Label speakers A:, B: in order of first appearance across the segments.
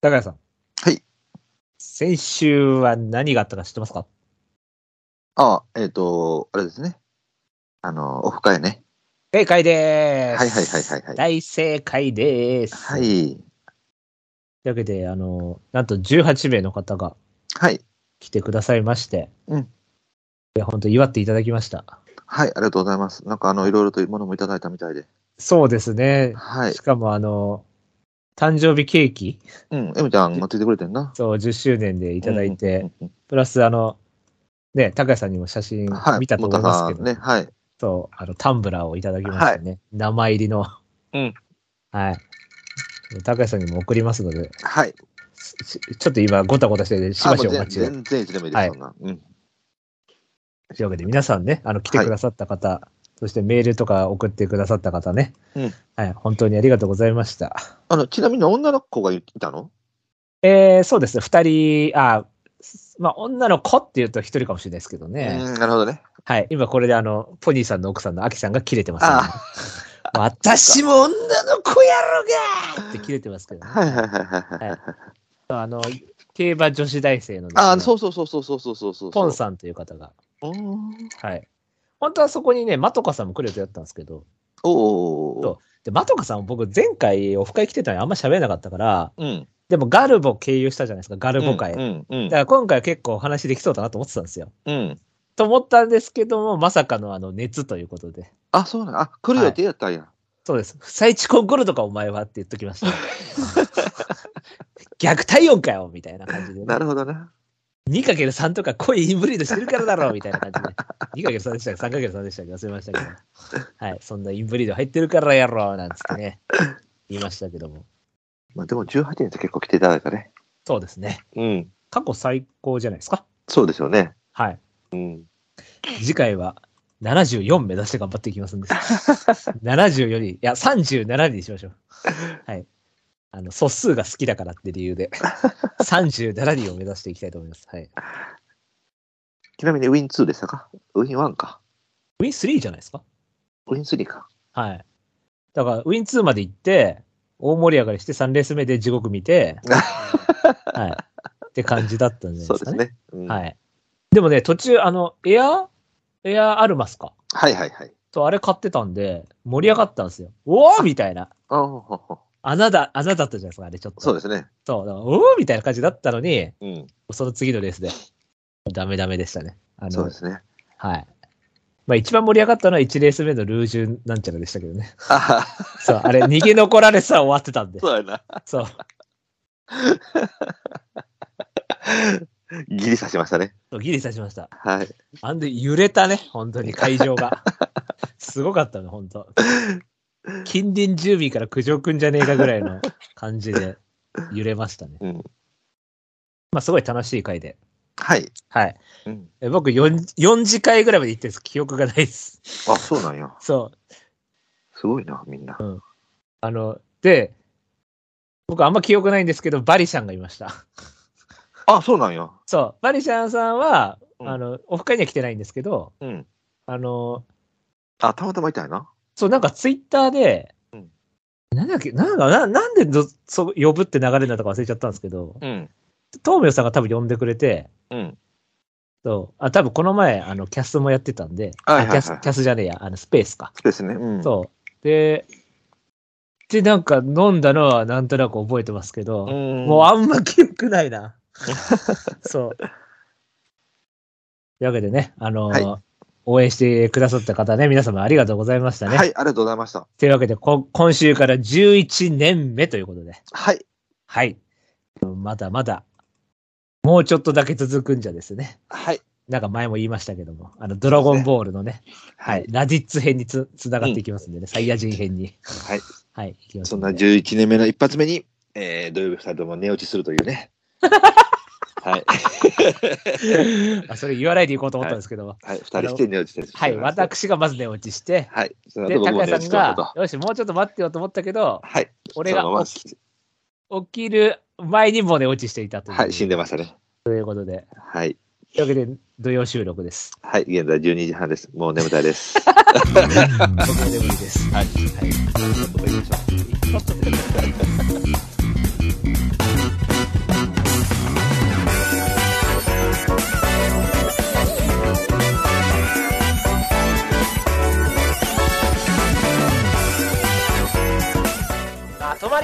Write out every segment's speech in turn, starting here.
A: 高谷さん。
B: はい。
A: 先週は何があったか知ってますか
B: ああ、えっ、と、あれですね。あの、オフ会ね。
A: 正解でーす。
B: はいはいはいはいはい
A: 大正解でーす。
B: は
A: とい
B: い。
A: うわけで、あの、なんと18名の方が
B: はい。
A: 来てくださいまして。
B: うん
A: いや、本当祝っていただきました。
B: はい、ありがとうございます。なんか、あの、いろいろというものもいただいたみたいで。
A: そうですね。
B: はい
A: し。かも、あの、誕生日ケーキ、
B: うん、エミちゃん持ってきてくれてんな。
A: そう、10周年でい
B: い
A: ただいて、。
B: うん
A: プラス、あの、ね、高谷さんにも写真
B: うんはい。
A: 見たと思いますけ
B: も
A: ど、
B: たさんね、はい。
A: そう、あの、タンブラーをいただきましたね。生入りの。
B: うん。
A: はい。高橋さんにも送りますので、
B: はい。
A: ししちょっと今、ごたごたしててしばし
B: あもう
A: お
B: 全
A: 待ちを。
B: 全然いつでもいいで
A: は
B: す、
A: い
B: そんな。うん。
A: というわけで、皆さんね、あの、来てくださった方、そしてメールとか送ってくださった方ね、
B: うん
A: はい、本当にありがとうございました。
B: あの、ちなみに女の子がいたの
A: えー、そうですね、二人、あ、すまあ、女の子っていうと一人かもしれないですけど
B: う
A: ね。
B: ん、なるほどね。
A: はい、今これであの、ポニーさんの奥さんのアキさんが切れてます、
B: あ
A: 私も女の子やろがーって切れてますけど、ね。
B: はいはいはいはいはい。
A: あの、競馬女子大生のですね、
B: ああ、そうそうそうそうそうそうそうそう。
A: ポンさんという方が、
B: うん。
A: はい。本当はそこにね、マトカさんも来る予定だったんですけど、
B: お
A: そ
B: お。
A: で、マトカさんも僕前回オフ会来てたのにあんま喋れなかったから、
B: うん。
A: でもガルボ経由したじゃないですか、ガルボ会。
B: う
A: だ
B: ん。う
A: か
B: ん。
A: ら今回は結構お話できそうだなと思ってたんですよ。
B: うん。
A: と思ったんですけども、まさかのあの熱ということで。
B: あ、そうなん。あ、来る予定やったんや。
A: そうです。不採地コンコルドかお前はって言っときま した。逆体音かよみたいな感じで、ね。
B: なるほどね。
A: 2×3 とか濃いインブリードしてるからだろうみたいな感じで。2×3 でしたか 3×3 でしたか忘れましたけど。はい。そんなインブリード入ってるからやろうなんつってね。言いましたけども。
B: まあでも18人って結構来ていただいたね。
A: そうですね。
B: うん。
A: 過去最高じゃないですか。
B: そうですよね。
A: はい。
B: うん。
A: 次回は74目指して頑張っていきますんで。74に、いや、37にしましょう。はい。あの、素数が好きだからって理由 で、37人を目指していきたいと思います。はい。
B: ちなみにウィン2でしたかウィン1か。
A: ウィン3じゃないですか
B: ウィン3か。
A: はい。だから、ウィン2まで行って、大盛り上がりして3レース目で地獄見 て、はい。って感じだったんじゃない
B: そう
A: ですか
B: です
A: ね。
B: ね。うんはい
A: はい。でもね、途中、あの、エア、エアアルマスか。
B: はいはい。
A: と、あれ買ってたんで、盛り上がったんですよ。おおみたいな。
B: あほほほ
A: 穴だ、穴だったじゃないですか、あれちょっと。
B: そうですね。
A: そうだからおおみたいな感じだったのに、
B: うん。
A: その次のレースで。ダメダメでしたね。あ
B: そう
A: の
B: で、すね。
A: はい。まあ一番盛り上がったのは1レース目のルージュなんちゃらでしたけどね。
B: あはは
A: そう、あれ逃げ残られさ終わってたんで。
B: そうやな。
A: そう。
B: ギリ刺しましたね。
A: そうギリ刺しました。
B: はい。
A: あんで揺れたね、本当に会場 が。すごかったね、本当。近隣住民から苦情くんじゃねえかぐらいの感じで揺れましたね。
B: うん
A: まあ、すごい楽しい回で。
B: はい。
A: はい。
B: うん。
A: え僕4、4次会ぐらいまで行ってるんです。記憶がないです。
B: あ、そうなんや。
A: そう。
B: すごいな、みんな。
A: あの、で、僕あんま記憶ないんですけど、バリシャンがいました。
B: あ、そうなんや。
A: そう。バリシャンさんは、
B: うん
A: あの、オフ会には来てないんですけど、
B: うん。
A: あの、
B: あ、たまたまいたんやな。
A: そう、なんかツイッターで、
B: うん
A: なんだっけ、なんか、ななんでどそう呼ぶって流れになったか忘れちゃったんですけど、
B: うん。
A: 東明さんが多分呼んでくれて、
B: うん。
A: そう、あ、多分この前、あの、キャスもやってたんで、
B: はいはい
A: あ
B: はい
A: キャス、キャスじゃねえや、あの、スペースか。
B: そうですね。うん。
A: そう。で、で、なんか飲んだのはなんとなく覚えてますけど、
B: ん
A: もうあんま記憶ない な。そう。というわけでね、あのー
B: は
A: 応援してくださった方ね、皆様ありがとうございましたね。
B: はい、ありがとうございました。
A: というわけで、こ今週から11年目ということで、
B: はい。
A: はい。まだまだ、もうちょっとだけ続くんじゃですね。
B: はい。
A: なんか前も言いましたけども、あの、ドラゴンボールのね、
B: は
A: はいい、。ラディッツ編につ、つながっていきますんでね、サイヤ人編に。
B: はい。
A: はい、いきます
B: そ
A: で
B: んな11年目の一発目に、えー、土曜日2人とも寝落ちするとい うね。はい。
A: あそれ言わないでいこうと思ったんですけども、
B: はい、2人して寝落ちです。
A: はい、。私がまず寝落ちして、
B: はい。その
A: で、高
B: 後僕も
A: 谷さん
B: 寝落ちとった
A: が
B: と、。
A: よし、もうちょっと待ってよと思ったけど、
B: はい。
A: 俺
B: そのま
A: が
B: ま
A: 起き起きる前にも寝落ちしていたという。
B: はい、死ん
A: で。
B: でましたね。
A: ということで、
B: はい。
A: というわけで、土曜収録です。
B: はい、現在12時半です。もう眠た いです。
A: 僕も眠いです。
B: はい。
A: はい
B: そんなこと言いましょう。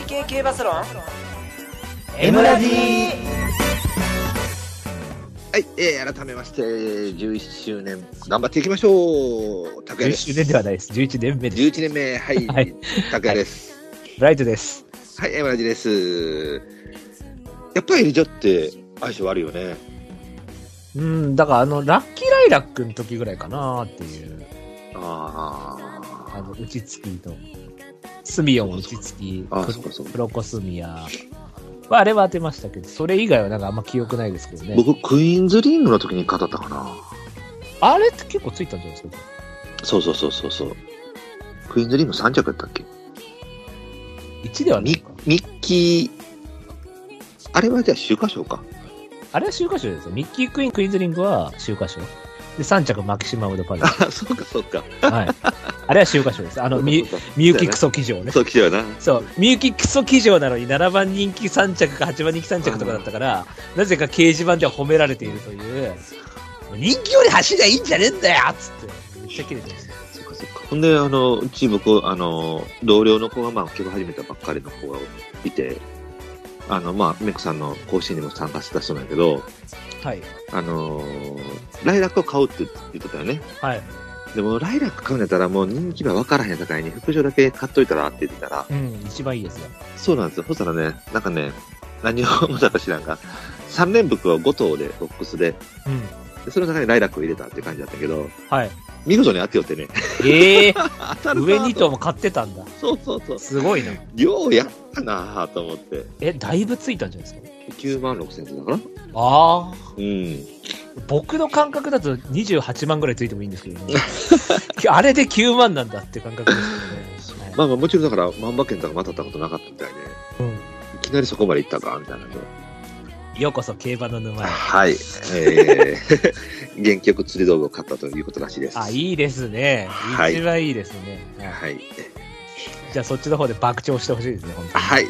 C: 系競馬サロン
B: M ラジはい、えー改めまして、11周年、頑張っていきましょう。拓
A: 11
B: 也です。
A: 周年ではないです。11年目です。
B: 11年目、は い
A: はい、
B: 拓也です。
A: ブライトです。
B: はい、山田です。やっぱりリジャって相性悪いよね。
A: うん、だからあの、ラッキーライラックの時ぐらいかなっていう。
B: あ
A: あの、ウチツキと、スミヨンウチツキ、
B: あ
A: プ
B: そうかそうか
A: プロコスミア。まあ、あれは当てましたけど、それ以外はなんかあんま記憶ないですけどね。
B: 僕、クイーンズリングの時に語ったかな。
A: あれって結構ついたんじゃないですか。
B: そうそうそうそうそう。クイーンズリング3着やったっけ
A: 1ではない
B: ミ
A: か。
B: ミッキー、あれはじゃあ週刊賞か。
A: あれは週刊賞ですよ。ミッキー・クイーン・クイーンズリングは週刊賞。で、3着マキシマム・ド・パレス。
B: あ、そうかそうか。
A: はい。あれは週刊賞です。あの、み、みゆきクソ騎乗ね。
B: そう来たよな。
A: そう、みゆきクソ騎乗なのに7番人気3着か8番人気3着とかだったから、なぜか掲示板では褒められているという、人気より走りゃいいんじゃねえんだよつって、めっちゃ切れてました。
B: そうかそうか。ほんで、あの、うち僕、あの、同僚の子が、まあ、結構始めたばっかりの子がいて、あの、まあ、メクさんの甲子園にも参加してた人なんやけど、
A: はい。
B: あのーライラックを買うって言ってたよね。
A: はい。
B: でも、ライラック買うんやったらもう人気が分からへん境に、副賞だけ買っといたらって言ってたら、
A: うん、一番いいですね。
B: そうなんですよ。そしたらね、なんかね、何を思ったか知らんが、3連服を5頭で、ボックスで、
A: うん。
B: でその中にライラックを入れたっていう感じだったけど、
A: はい。
B: 見事に当てよってね、
A: ええ
B: 当たるな
A: 上
B: ぁ
A: 2頭も買ってたんだ。
B: そうそうそう。
A: すごいな。
B: ようやったなぁと思って。
A: え、だいぶついたんじゃないですか
B: 9万6千円だから
A: ああ。
B: うん。
A: 僕の感覚だと28万ぐらいついてもいいんですけどね。 あれで9万なんだって感覚ですけどね。
B: まあまあ、もちろんだから、万馬券とかまたったことなかったみたいで、
A: うん
B: いきなりそこまで行ったか、みたいなね。
A: ようこそ競馬の沼へ。
B: はい。えー、 原曲釣り道具を買ったということらしいです。
A: あ、いいですね。
B: はい
A: 一番いいですね。はい
B: はい。
A: じゃあそっちの方で爆調してほしいですね、本当に。
B: はい。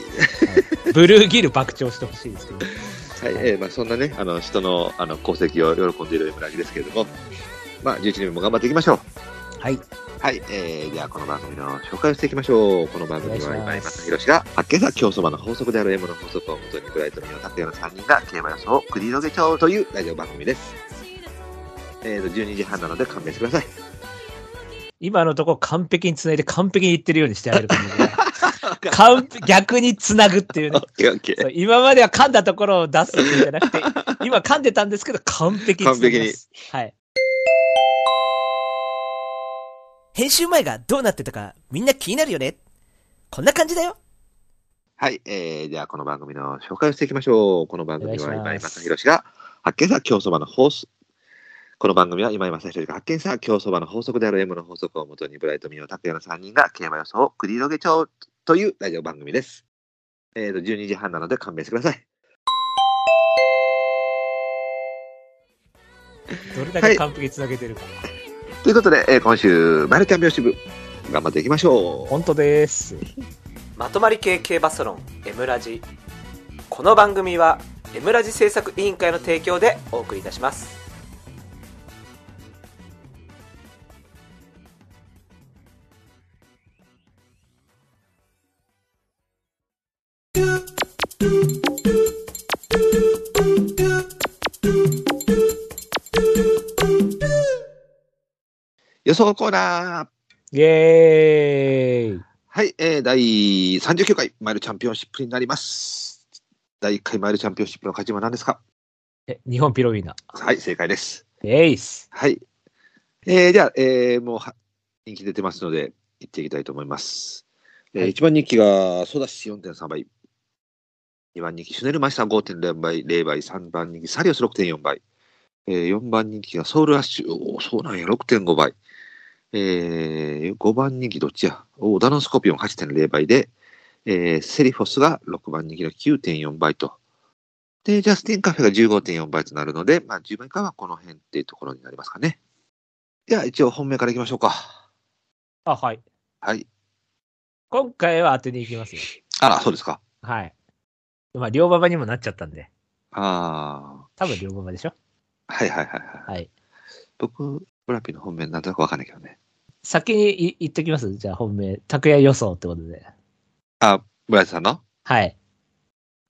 A: ブルーギル爆調してほしいですけど。
B: はい。えーまあ、そんなね、あの、人の、あの、功績を喜んでいる村木ですけれども、まあ、11年目も頑張っていきましょう。
A: はい。
B: はい。えー、では、この番組の紹介をしていきましょう。この番組は、
A: お
B: 今
A: 願い
B: 井
A: します
B: 正宏が、発見さ競争場の法則である M の法則をもとに、ブライトミの拓也の3人が競馬予想を繰り広げちゃおうというラジオ番組です。えーと、12時半なので勘弁してください。
A: 今のところ完璧に繋いで完璧に言ってるようにしてあげる感 じで。完璧逆に繋ぐっていうね
B: オ。ッケーオッケ ー
A: そう今までは噛んだところを出すっていうんじゃな くて、今噛んでたんですけど、完璧に繋ぎます。はい。
C: 編集前がどうなってたかみんな気になるよねこんな感じだよ
B: はい、えー、ではこの番組の紹介をしていきましょう。この番組は
A: お
B: 今
A: 願
B: 井
A: いしま
B: 正
A: す
B: 弘が発見さ競走馬の法則。この番組は今井正弘が発見さ競走馬の法則である M の法則をもとにブライトミオ拓也の3人が競馬予想を繰り広げちゃおうというラジオ番組です。えーと、12時半なので勘弁してください。
A: どれだけ完璧に繋げてるか。
B: ということで、えー今週、マルちゃん拍子部、頑張っていきましょ
A: 本当です。
C: まとまり系競馬サロン M ラジこの番組は M ラジ制作委員会の提供でお送りいたします
B: う。予想コーナー
A: イェーイ。
B: はい、えー、第39回マイルチャンピオンシップになります。第1回マイルチャンピオンシップの勝ち馬は何ですか
A: え日本ピロウィーナ
B: はい、正解です。
A: ー。エイス。
B: はい。えー、じゃあ、えー、もうは人気出てますので、行っていきたいと思います。えー
A: はい
B: 1番人気がソダシ4.3倍、2番人気シュネルマイスター5.0倍、0倍、3番人気サリオス6.4倍、えー、4番人気がソウルアッシュ、おーそうなんや、6.5倍、えー、5番人気どっちや、おーダノンスコーピオン8.0倍で、えー、セリフォスが6番人気の9.4倍と、で、ジャスティンカフェが15.4倍となるので、まあ、10倍以下はこの辺っていうところになりますかね。では、一応本命からいきましょうか。
A: あ、はい。
B: はい。
A: 今回は当てに行きますよ。
B: あら、そうですか。
A: はい。まあ、両馬場にもなっちゃったんで、
B: あ
A: 多分両馬場でしょ
B: あ。はいはいはいはい。
A: はい。
B: 僕、ブラピの本命なんとなくわかんないけどね。
A: 先にい言っときますじゃあ本命。拓也予想ってことで。
B: あ、ブライトさんの
A: はい。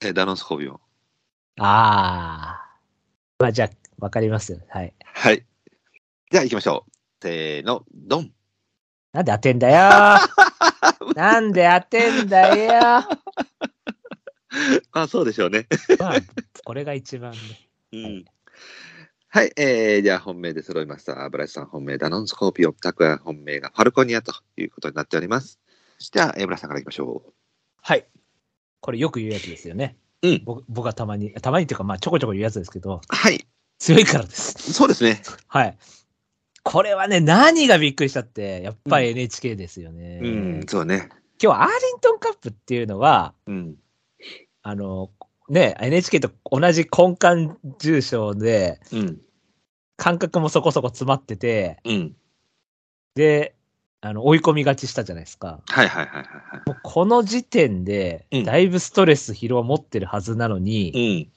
B: え、ダノンスコービオン。
A: ああ。まあじゃあ、わかりますよ。はい。
B: はい。じゃあ行きましょう。せーの、ドン。
A: なんで当てんだよーなんで当てんだよー
B: まあそうでしょうね。
A: まあ、これが一番ね。
B: うん。はい、えー、じゃあ本命で揃いました。ブラシさん本命、ダノンスコーピオン、タクヤ本命がファルコニアということになっております。じゃあ、えー、ブラシさんから行きましょう。
A: はい。これよく言うやつですよね。
B: うん
A: 僕僕はたまに、たまにっていうか、まあちょこちょこ言うやつですけど、
B: はい、
A: 強いから です。
B: そうですね。
A: はい。これはね、何がびっくりしたって、やっぱり NHK ですよね。
B: うん、
A: 今
B: そうね。
A: 日はアーリントンカップっていうのは、
B: うん。
A: あの、ね、NHK と同じ根幹重賞で、
B: うん。
A: 感覚もそこそこ詰まってて、
B: うん。
A: で、あの追い込み勝ちしたじゃないですか。
B: はいはいはいは
A: もうこの時点で
B: う、ん
A: だいぶストレス疲労を持ってるはずなのに、
B: い。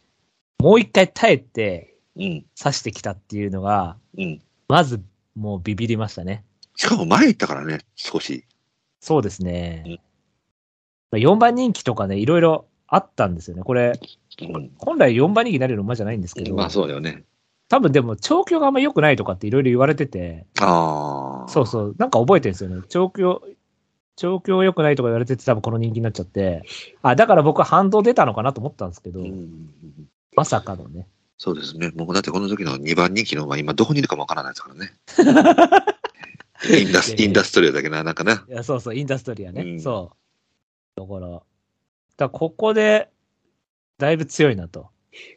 A: もう一回耐えて
B: うん。うん。
A: 刺してきたっていうのが、
B: うん。
A: まずもうビビりましたね。
B: しかも前行ったからね、少し。
A: そうですね
B: うん。
A: まあ4番人気とかね、いろいろあったんですよね。これ、
B: うん。
A: 本来4番人気になれる馬じゃないんですけど、
B: まあそうだよね。
A: 多分でも調教があんま良くないとかっていろいろ言われてて、
B: ああ。
A: そうそう、なんか覚えてるんですよね。調教、調教良くないとか言われてて多分この人気になっちゃって、あ、だから僕は反動出たのかなと思ったんですけど、
B: うん。
A: まさかのね。
B: そうですね。もうだってこの時の2番人気の馬、今どこにいるかもわからないですからね。 インダスインダストリアだけな、なんかな。
A: いやそうそう、インダストリアね。
B: うん
A: そう。だから、だからここで、だいぶ強いなと。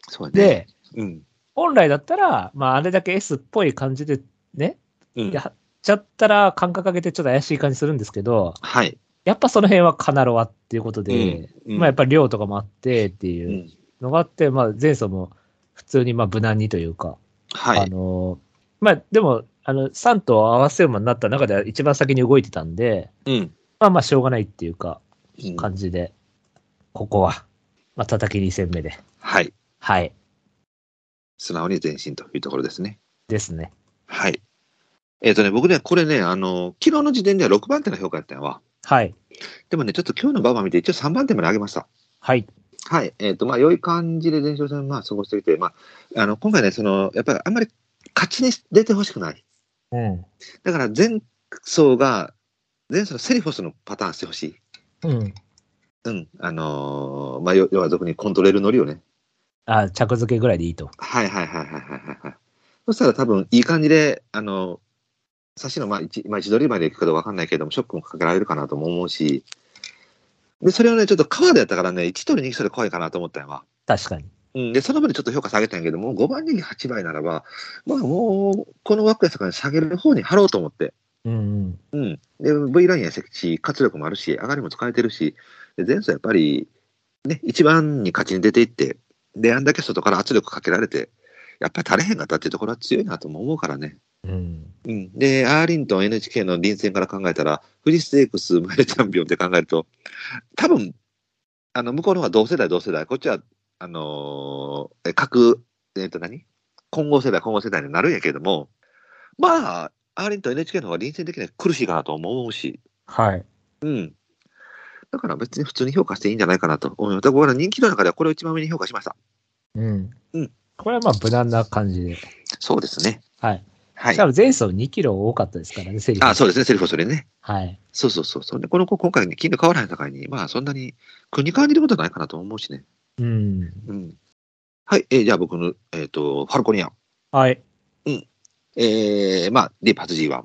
B: そうね。
A: で、
B: うん。
A: 本来だったら、まあ、あれだけ S っぽい感じでね、
B: うん。
A: やっちゃったら、感覚上げてちょっと怪しい感じするんですけど、
B: はい。
A: やっぱその辺はカナロワっていうことで、
B: うん
A: まあ、やっぱり量とかもあってって
B: う。
A: いうんのがあって、まあ、前走も普通にまあ無難にというか、
B: は
A: あ
B: い。
A: の、まあ、でも、あの、3頭合わせ馬になった中では一番先に動いてたんで、
B: うん。
A: まあまあ、しょうがないっていうか、
B: うん
A: 感じで、ここは、まあ、叩き2戦目で。
B: はい。
A: はい。
B: 素直に前進というところですね。
A: ですね。
B: はい。えっ、とね、僕ね、これね、あの、昨日の時点では6番手の評価やったんやわ。
A: はい。
B: でもね、ちょっと今日の馬場見て、一応3番手まで上げました。
A: はい。
B: はい。えっ、と、まあ、良い感じで前哨戦、まあ、過ごしてきて、まあ、あの、今回ね、その、やっぱりあんまり勝ちに出てほしくない。
A: うん。
B: だから前走が、前走のセリフォスのパターンしてほしい。
A: うん。
B: うん。あのーまあ、よ要は俗にコントレール乗りをね。
A: あ、着付けぐらいでいいと。
B: はいはいはいはいはいはいはい。そしたら多分いい感じで、あのー、差しの、まあ、一、まあ、一取りまで行くかどうかわかんないけども、ショックもかけられるかなとも思うし、で、それをね、ちょっと川でやったからね、1取り2取り怖いかなと思ったんやわ。
A: 確かに。
B: うん、で、その分でちょっと評価下げたんやけども、5番人気8倍ならば、まあもう、この枠やさから下げる方に張ろうと思って、
A: うんうん。
B: うん。で、V ラインや設置、活力もあるし、上がりも使えてるし、で前走やっぱり、ね、一番に勝ちに出ていって、で、あんだけ外から圧力かけられて、やっぱり足れへんかったっていうところは強いなとも思うからね。
A: うん。
B: うん。で、アーリントン NHK の臨戦から考えたら、フリーステークス、マイルチャンピオンって考えると、多分、あの、向こうの方は同世代同世代、こっちは、あのーえ各、えっ、と何混合世代、混合世代になるんやけども、まあ、アーリントン NHK の方が臨戦できない苦しいかなと思うし、
A: はい。
B: うん。だから別に普通に評価していいんじゃないかなと思います。だから僕ら人気の中ではこれを一番上に評価しました。
A: うん。
B: うん。
A: これはまあ無難な感じで。
B: そうですね。
A: はい。
B: は
A: し
B: い
A: か。も前走2キロ多かったですからね、セリフ。
B: あ、そうですね。セリフそれね。
A: はい。
B: そうそうそう。そんで、この子、今回、金の変わらない境に、まあ、そんなに、国変わりることないかなと思うしね。
A: うん。
B: うん。はい。えーじゃあ、僕の、えっ、と、ファルコニア。
A: はい。
B: えー、まあ、ディープ初 G1。あ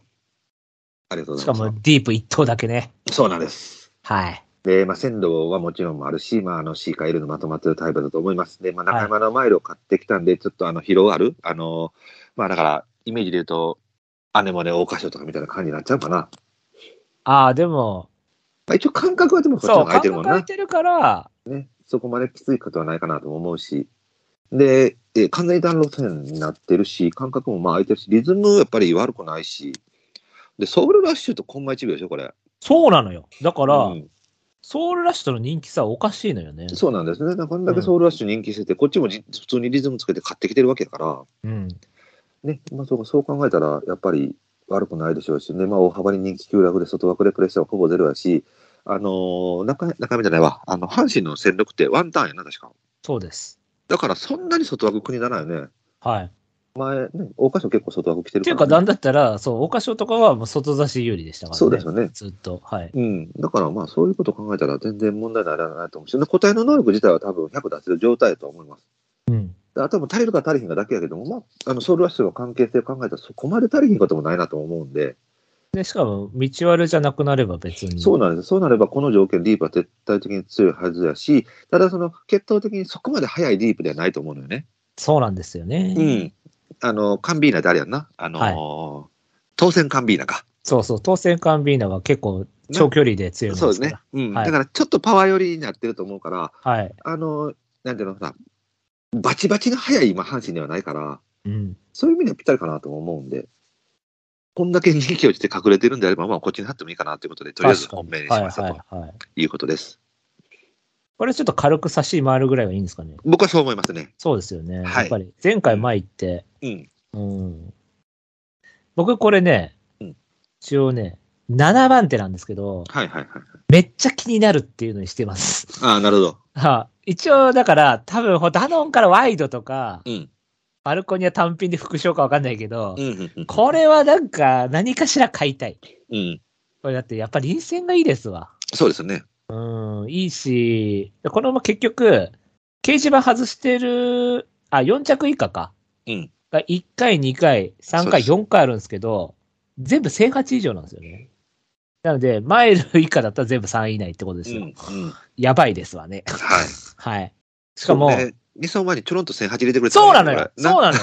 B: りがとうご
A: し
B: ざ
A: か
B: います。
A: もディープ1頭だけね。
B: そうなんです。
A: はい。
B: で、まあ、鮮度はもちろんもあるし、まあ、あの、C か L のまとまってるタイプだと思います。で、まあ、中山のマイルを買ってきたんで、ちょっと、あの、疲労あるあの、まあ、だから、イメージで言うと、アネモネ、大花賞とかみたいな感じになっちゃうかな。
A: ああ、でも、
B: まあ、一応感覚はでもこっちの
A: そ
B: 方
A: う、
B: が空
A: 感
B: いてるも
A: 覚空。
B: んない
A: てるから、
B: そこまできついことはないかなとも思うし、で、えー完全に段路線になってるし、感覚もまあ空いてるし、リズムやっぱり悪くないし、で、ソウルラッシュとコンマ1秒でしょ、これ。
A: そうなのよ。だから、
B: うん、
A: ソウルラッシュとの人気さおかしいのよね。
B: そうなんですね。だからこんだけソウルラッシュ人気してて、こっちもじ普通にリズムつけて買ってきてるわけだか
A: うん。
B: ら、ね、まあ、そうかそう考えたら、やっぱり悪くないでしょうし、ね、まあ、大幅に人気急落で外枠でプレッシャーはほぼゼロやし、あのー中、中身じゃないわ。あの、阪神の戦力ってワンターンやな、確か。
A: そうです。
B: だからそんなに外枠国ならよね。
A: はい。っ
B: 前、ね、大箇所結構外枠来てる
A: ていう
B: か
A: か、
B: ら
A: な
B: ね、
A: んだったら、そう、桜花賞とかはもう外差し有利でしたからね。
B: そうですよね。
A: ずっと。はい。
B: うん。だからまあ、そういうこと考えたら全然問題にならないと思うし、答えの能力自体は多分100出せる状態だと思います。
A: うん。
B: あとも足りるか足りひんかだけやけども、まあ、あのソウルラッシュの関係性を考えたらそこまで足りひんこともないなと思うんで、
A: で、しかも、道割れじゃなくなれば別に。
B: そうなんです。そうなればこの条件、ディープは絶対的に強いはずだし、ただその、決闘的にそこまで速いディープではないと思うのよね。
A: そうなんですよね。
B: うん。あの、カンビーナってあれやんな。あのー当選カンビーナか。
A: そうそう、当選カンビーナは結構長距離で強い
B: そう
A: で
B: ですす
A: から
B: ね。。うん。
A: はい
B: だからちょっとパワー寄りになってると思うから、
A: はい。
B: あのーなんていうのかな、バチバチの速い今、阪神ではないから、
A: うん。
B: そういう意味ではぴったりかなとも思うんで、こんだけ人気落ちて隠れてるんであれば、まあ、こっちに貼ってもいいかなということで、とりあえず
A: 確か
B: 本
A: に
B: 命にしました
A: はい
B: と
A: はいはい。
B: いうことです。
A: これちょっと軽く差し回るぐらいがいいんですかね。
B: 僕はそう思いますね。
A: そうですよね。
B: はい
A: やっぱり、前回前行って、
B: うん。
A: うん。僕これね、
B: うん
A: 一応ね、7番手なんですけど、
B: はいはいはい。
A: めっちゃ気になるっていうのにしてます。
B: ああ、なるほど。
A: はい一応、だから、多分、ダノンからワイドとか、
B: うん。
A: バルコニア単品で副賞かわかんないけど、
B: うんうんうん。
A: これはなんか、何かしら買いたい。
B: うん。
A: これだって、やっぱり臨戦がいいですわ。
B: そうですね。
A: うん、いいし、このまま結局、掲示板外してる、あ、4着以下か。
B: うん。
A: が1回、2回、3
B: そう
A: 回、
B: です
A: 4回あるんですけど、全部1008以上なんですよね。なので、マイル以下だったら全部3位以内ってことで
B: う
A: す
B: ん。う
A: よ。
B: ん。
A: やばいですわね。
B: はい。
A: はい。しかも、
B: そうね、2、3前にちょろんと1008入れてくれた
A: そうなのよ
B: こ。れ
A: そうなのよ。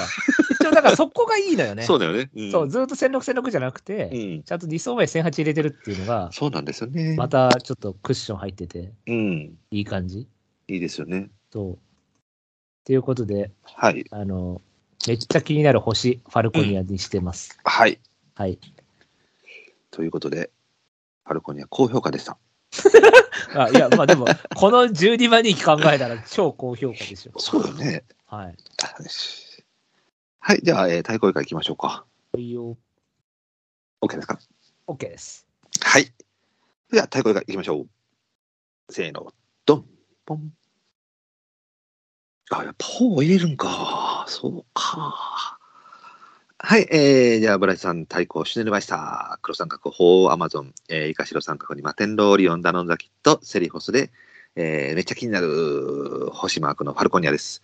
A: 一応、だからそこがいいのよね。
B: そうだよね。うん
A: そう、ずっと1006、1006じゃなくて、
B: うん。
A: ちゃんと2層前1008入れてるっていうのが、
B: そうなんですよね。
A: またちょっとクッション入ってて、
B: うん。
A: いい感じ。
B: いいですよね。
A: そう。ということで、
B: はい。
A: あの、めっちゃ気になる星、ファルコニアにしてます。
B: はい。
A: はい。
B: ということで、ファルコニア高評価でした。
A: あいや、まあでも、この12番人気考えたら超高評価でしょ。
B: そうだね。
A: はい。
B: よしはい、じゃあ、えー、対抗以下行きましょうか。OK ですか
A: OK です。
B: はい。じゃあ、対抗以下行きましょう。せーの、ドン、ポン。あ、やっぱ、ほを入れるんか。そうか。はい、えー、じゃあ、ブラジさん、対抗、シュネルマイスター、黒三角、鳳凰アマゾン、えー、イカシロ三角に、マテンローリオン、ダノンザキット、セリフォスで、えー、めっちゃ気になる、星マークのファルコニアです。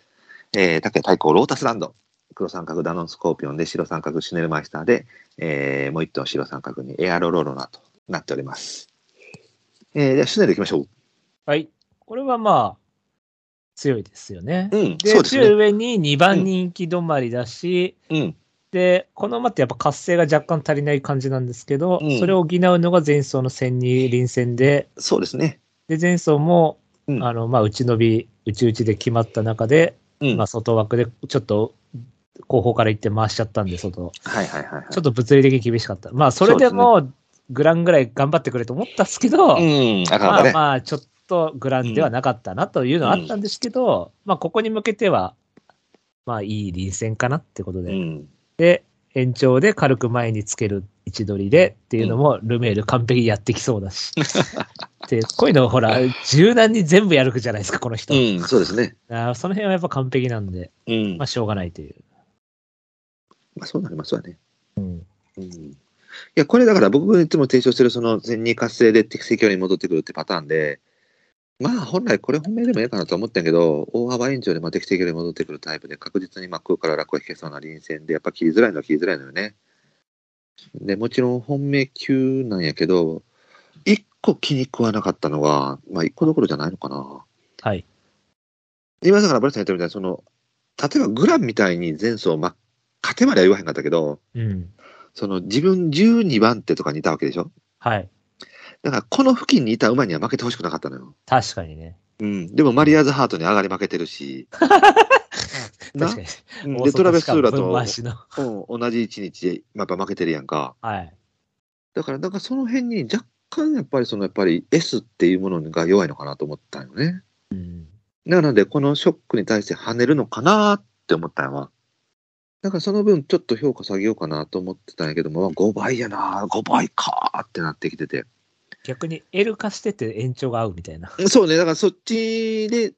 B: えー、竹対抗、ロータスランド、黒三角、ダノンスコーピオンで、白三角、シュネルマイスターで、えー、もう一頭白三角にエアロロロナとなっております。えー、じゃあ、シュネル行きましょう。
A: はい。これはまあ、強いですよね。
B: うん、
A: で、
B: そうです
A: 中
B: ね。
A: 上に2番人気止まりだし、
B: うん、
A: で、この馬ってやっぱ活性が若干足りない感じなんですけど、
B: うん
A: それを補うのが前走の戦に臨戦で、
B: そうですね。
A: で、前走も、
B: うん
A: あの、まあ、内伸び、内々で決まった中で、
B: うん。
A: まあ、
B: はい
A: 外枠でちょっと後方から行って回しちゃったんで、外。
B: はいはいはい。
A: ちょっと物理的に厳しかった。まあ、それでも、グランぐらい頑張ってくれと思ったんですけど、
B: うん、なかな
A: ま
B: か
A: あ
B: ね。
A: まあ、ちょっとグランではなかったなというのはあったんですけど、まあ、ここに向けては、まあ、いい臨戦かなってこと
B: う
A: で、
B: ん。
A: で、延長で軽く前につける位置取りでっていうのも、ルメール完璧にやってきそうだ し。で、こういうのをほら、柔軟に全部やるじゃないですか、この人。
B: うん、そうですね。
A: あーその辺はやっぱ完璧なんで、
B: うん。
A: ま
B: ま
A: あ、しょうがないという。
B: あ、そうなりますわね。
A: うん。
B: うん。いや、これだから僕がいつも提唱してる、その、全人活性で適正距離に戻ってくるってパターンで、まあ、本来これ本命でもいいかなと思ったんやけど、大幅延長でまあ適正距離に戻ってくるタイプで、確実にまあ空から楽を引けそうな臨戦で、やっぱ切りづらいのは切りづらいのよね。で、もちろん本命級なんやけど、一個気に食わなかったのは、まあ一個どころじゃないのかな。
A: はい。
B: 今だからブラスさん言ったみたいに、その、例えばグランみたいに前走、まあ、勝てまでは言わへんかったけど、
A: うん。
B: その自分12番手とかにいたわけでしょ
A: はい。
B: だからこの付近にいた馬には負けてほしくなかったのよ。
A: 確かにね。
B: うん。でもマリアーズハートに上がり負けてるし。な
A: 確かに。
B: うん
A: 大外
B: で、トラベス・スーラ
A: しかも
B: と
A: 分回しの
B: うん同じ1日でやっぱ負けてるやんか。
A: はい。
B: だから、なんかその辺に若干やっぱりそのやっぱり S っていうものが弱いのかなと思ったんよね。
A: うん。
B: なので、このショックに対して跳ねるのかなって思ったんやわ。だからその分ちょっと評価下げようかなと思ってたんやけども、5倍やな、5倍かーってなってきてて。
A: 逆に L 化してて延長が合うみたいな。
B: そうね、だからそっちで、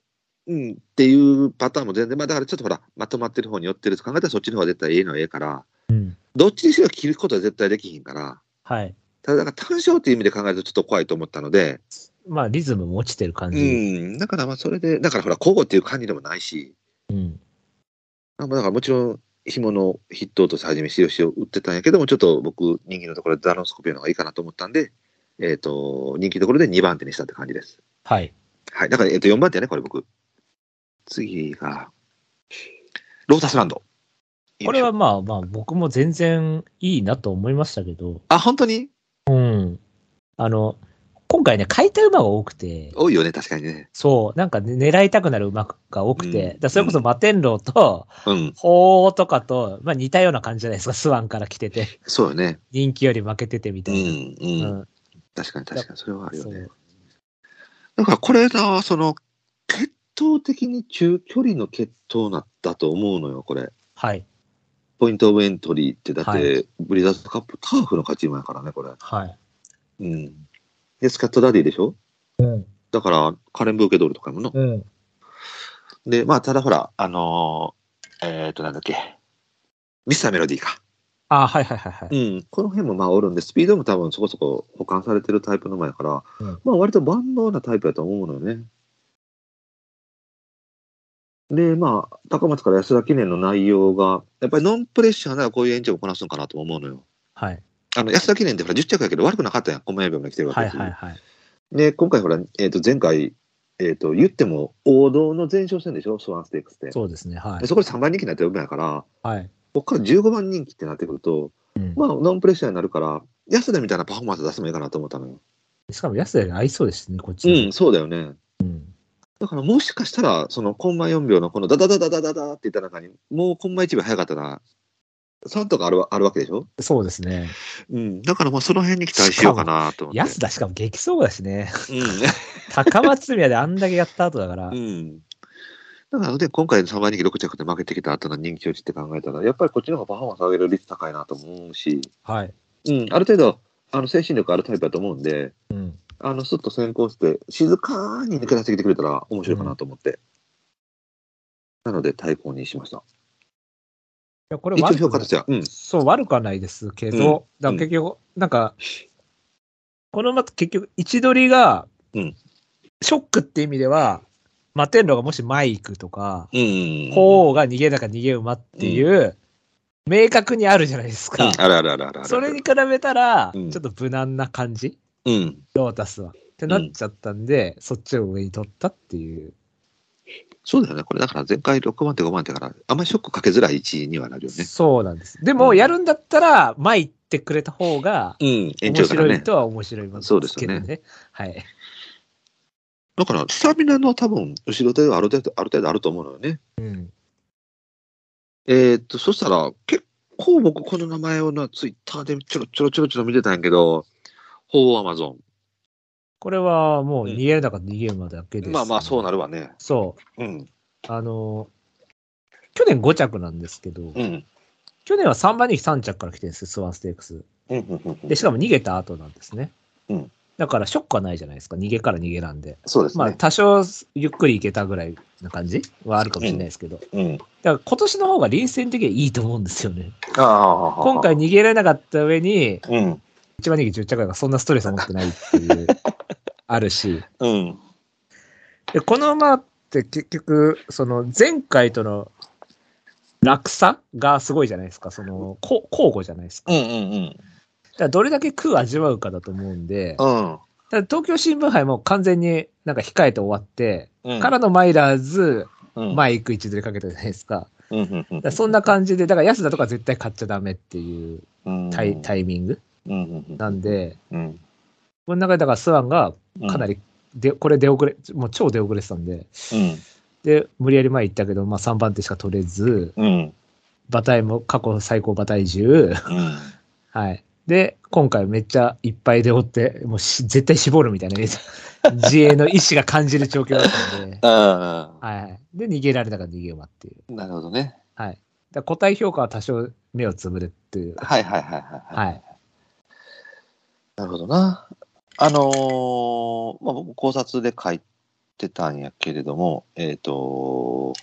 B: うん、っていうパターンも全然、まあ、だからちょっとほら、まとまってる方に寄ってると考えたら、そっちの方が絶対ええのはええから、
A: うん。
B: どっちにしろ切ることは絶対できひんから、
A: はい。
B: ただ、だから単勝っていう意味で考えるとちょっと怖いと思ったので、
A: まあ、リズムも落ちてる感
B: う
A: じ。
B: ん、だからまあそれで、だからほら、交互っていう感じでもないし、
A: うん。
B: まあだからもちろん、紐の筆頭としてはじめ、しよしを打ってたんやけども、ちょっと僕、人気のところでダノンスコピオの方がいいかなと思ったんで、えっ、と、人気のところで2番手にしたって感じです。
A: はい。
B: はい。だから、えっ、と、4番手やね、これ僕。次が、ロータスランド。
A: これは、まあまあ、僕も全然いいなと思いましたけど、
B: あ、本当に
A: うん。あの、今回ね、買いたい馬が多くて、
B: 多いよね、確かにね。
A: そう、なんかね、狙いたくなる馬が多くて、
B: うん
A: だからそれこそ摩天楼と、
B: うん。
A: 鳳凰とかと、まあ似たような感じじゃないですか、スワンから来て て、
B: そうよね。
A: 人気より負けててみ
B: う
A: たいな。
B: ん、うん。
A: うん
B: 確かに、確かに、それはあるよ
A: そ
B: ね
A: う。
B: だから、これが、その、決闘的に中距離の決闘なったと思うのよ、これ。
A: はい、
B: ポイントオブエントリーって、だって、
A: はい
B: ブリザーズカップターフの勝ち馬やからね、これ。
A: はい。
B: うん。で、スカットダディでしょ
A: うん、
B: だから、カレン・ブーケドールとかもな。
A: うん。
B: で、まあ、ただほら、あのーえっ、と、なんだっけ、ミスターメロディーか。
A: あ、はいはいはいは
B: う
A: い。
B: ん、この辺もまあおるんで、スピードも多分そこそこ保管されてるタイプの馬やから、
A: うん
B: まあ、割と万能なタイプやと思うのよね。で、まあ、高松から安田記念の内容が、やっぱりノンプレッシャーならこういう延長もこなすのかなと思うのよ。
A: はい、
B: あの安田記念ってほら10着やけど悪くなかったやん、この辺も来てるわけ
A: はい
B: ですよ
A: はいはい。
B: で、今回ほら、えっ、と、前回、えっ、と、言っても王道の前哨戦でしょ、スワンステークスって。
A: そうですね、は
B: で
A: い。
B: そこで3番人気になってる馬やから、
A: はい。
B: ここから15番人気ってなってくると、
A: うん
B: まあ、ノンプレッシャーになるから、安田みたいなパフォーマンス出してもいいかなと思ったのよ。
A: しかも安田に合いそうですね、こっち
B: う
A: の。
B: ん、そうだよね。だから、もしかしたら、その、コンマ4秒のこのダダダダダダダって言った中に、もうコンマ1秒早かったら、3とかあるわあるわけでしょ
A: そうですね。
B: うん。だから、もうその辺に期待しようかなと思って。
A: 安田しかも激走だしね。
B: う
A: 高松宮であんだけやった後だから
B: ん。う。ん。だからね、今回の3番人気6着で負けてきた後の人気落ちって考えたら、やっぱりこっちの方がパフォーマンス上げる率高いなと思うし、
A: はい。
B: うん、ある程度、あの、精神力あるタイプだと思うんで、
A: うん。
B: あの、スッと先行して、静かに抜け出してきてくれたら面白いかなと思って。なので、対抗にしました。
A: いやこれ
B: 一応
A: 悪
B: 評
A: く
B: 価
A: な
B: と
A: い
B: しては、うん。
A: そう、悪くはないですけど、だから結局、なんか、このまた結局、位置取りが、
B: うん
A: ショックって意味では、摩天楼がもし前行くとか、
B: う
A: 鳳
B: ん。
A: 凰が逃げなか逃げ馬っていう、明確にあるじゃないです
B: うん
A: か。
B: あるあるあるあるある。
A: それに比べたら、
B: うん
A: ちょっと無難な感じ、
B: うん。
A: ロータスは。ってなっちゃったんで、そっちを上に取ったっていう。
B: そうだよね。これだから前回6番手5番手から、あんまりショックかけづらい位置にはなるよね。
A: そうなんです。で
B: う
A: も、
B: ん
A: やるんだったら、前行ってくれた方が、
B: うん。延
A: 面
B: 長から
A: 白い
B: ね。
A: とは面白いもん
B: そうです
A: け
B: よ
A: ど
B: ね
A: ね。はい。
B: だから、スタミナの多分、後ろ手はある程度、ある程度あると思うのよね。
A: うん。
B: えーっと、そしたら、結構僕、この名前をな、ツイッターでちょろちょろちょろちょろ見てたんやけど、鳳凰アマゾ
A: これはもう
B: うん
A: 逃げれなかった逃げ馬だけです、
B: ン。まあまあ、そうな
A: る。
B: るわね。
A: そう。
B: うん。
A: あの、去年5着なんですけど、
B: うん。
A: 去年は3番人気3着から来てるんですよ、スワンステークス。
B: うんうんうんうん
A: で、しかも逃げた後なんですね。
B: うん
A: だからショックはないじゃないですか。逃げから逃げなんで。
B: そうですね。
A: まあ、多少ゆっくり行けたぐらいな感じはあるかもしれないですけど。だ
B: うん。
A: から今年の方が臨戦的にはいいと思うんですよね。
B: ああ。
A: 今回、逃げられなかった上に、
B: うん。
A: 1番人気10着だからそんなストレスは持ってないって いう、あるし。
B: うん。
A: で、この馬って結局、その前回との落差がすごいじゃないですか。その、こ交互じゃないですか。
B: うんうんうん。
A: だからどれだけ空味わうかだと思うんで、だか
B: うん。
A: ら東京新聞杯も完全になんか控えて終わって、
B: うん
A: からのマイラーズ、
B: うん、
A: 前行く位置取りかけたじゃないですか。だか
B: うんうんうん
A: らそんな感じで、だから安田とか絶対買っちゃダメっていうタイタイミング
B: うんうんうん
A: なんで、
B: うん
A: この中でだからスワンが
B: うん
A: かなりで、これ出遅れ、もう超出遅れてたんで、
B: うん
A: で、無理やり前行ったけど、まあ3番手しか取れず、
B: うん
A: 馬体も過去最高馬体重。
B: うん、
A: はい。で、今回めっちゃいっぱいで追って、もうし絶対絞るみたいな、ね、 自衛の意志が感じる状況だったんで
B: ああ
A: はいはい。で、逃げられたから逃げ馬っていう。
B: なるほどね
A: はい。だから個体評価は多少目をつぶれっていう。
B: はいはいはいはい、
A: はい。
B: なるほどなあのーまあ、僕考察で書いてたんやけれども、えっ、と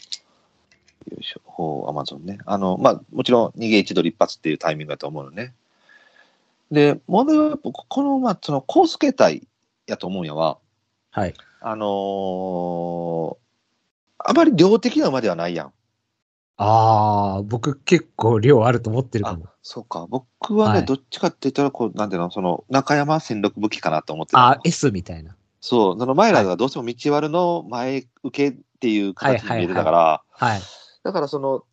B: よいしょ、ほう、アマゾンね。あの、まあ、もちろん、逃げ一度立発っていうタイミングだと思うのね。で、問題はやっぱ、この、まあ、その、コース形態やと思うんやわ。
A: はい。
B: あのーあまり量的な馬ではないやん。
A: ああ、僕結構量あると思ってるか
B: あ
A: も。、
B: そうか。僕はね、
A: はい
B: どっちかって言ったら、こう、なんていうの、その、中山戦力武器かなと思ってる
A: ああ、S みたいな。
B: そう、その前らがどうしても道割るの前受けっていう形に見えてたから、
A: はい。
B: だからその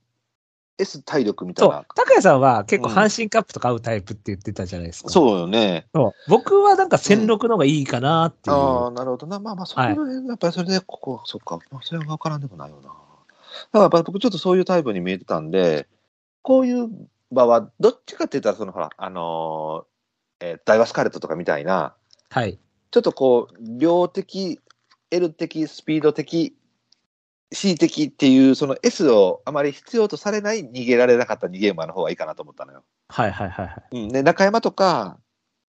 B: S 体力みたい
A: そう
B: な。。
A: 高谷さんは結構
B: うん
A: 阪神カップとか合うタイプって言ってたじゃないですか。う。
B: そうよね。
A: そう僕はなんか戦力の方がいいかなっていう。
B: ああ、なるほどな。まあまあ、そこら辺、やっぱりそれで、ここ、そっか、まあ、それは分からんでもないよな。だからやっぱり僕ちょっとそういうタイプに見えてたんで、こういう場は、どっちかって言ったら、そのほら、あのーえーダイワスカレットとかみたいな、
A: はい。
B: ちょっとこう、量的、L 的、スピード的、C 的っていう、その S をあまり必要とされない逃げられなかった逃げ馬の方がいいかなと思ったのよ。
A: はいはいはいはい。
B: うん、で、中山とか、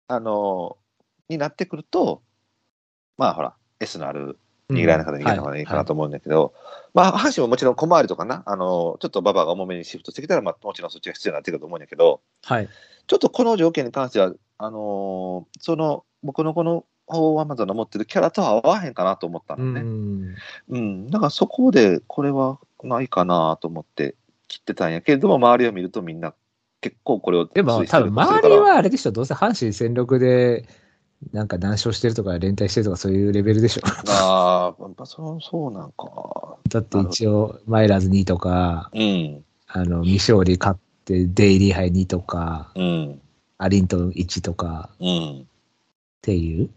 B: あのになってくると、まあほら、S のある逃げられなかった逃げられなかったいいかなと思うんだけど、まあ、阪神ももちろん小回りとかな、あのちょっと馬場が重めにシフトしてきたら、まあ、もちろんそっちが必要になってくると思うんだけど、
A: はい。はい。
B: ちょっとこの条件に関しては、あのーその、僕のこの、アマゾンの持ってるキャラとは合わへんかなと思った
A: う
B: のね。
A: ん。
B: うん。だからそこで、これはないかなと思って切ってたんやけれども、周りを見るとみんな結構これを
A: でも
B: 推して
A: 多
B: る
A: 分
B: 人が
A: 周
B: いるから
A: りはあれでしょ、どうせ阪神戦力で、なんか難勝してるとか連帯してるとかそういうレベルでしょ。
B: ああ、やっぱそうそうなんか。
A: だって一応、マイラーズ2とか、
B: うん、
A: あの、未勝利勝って、デイリー杯2とか、
B: うん、
A: アリントン1とかっ
B: うん。
A: ていう、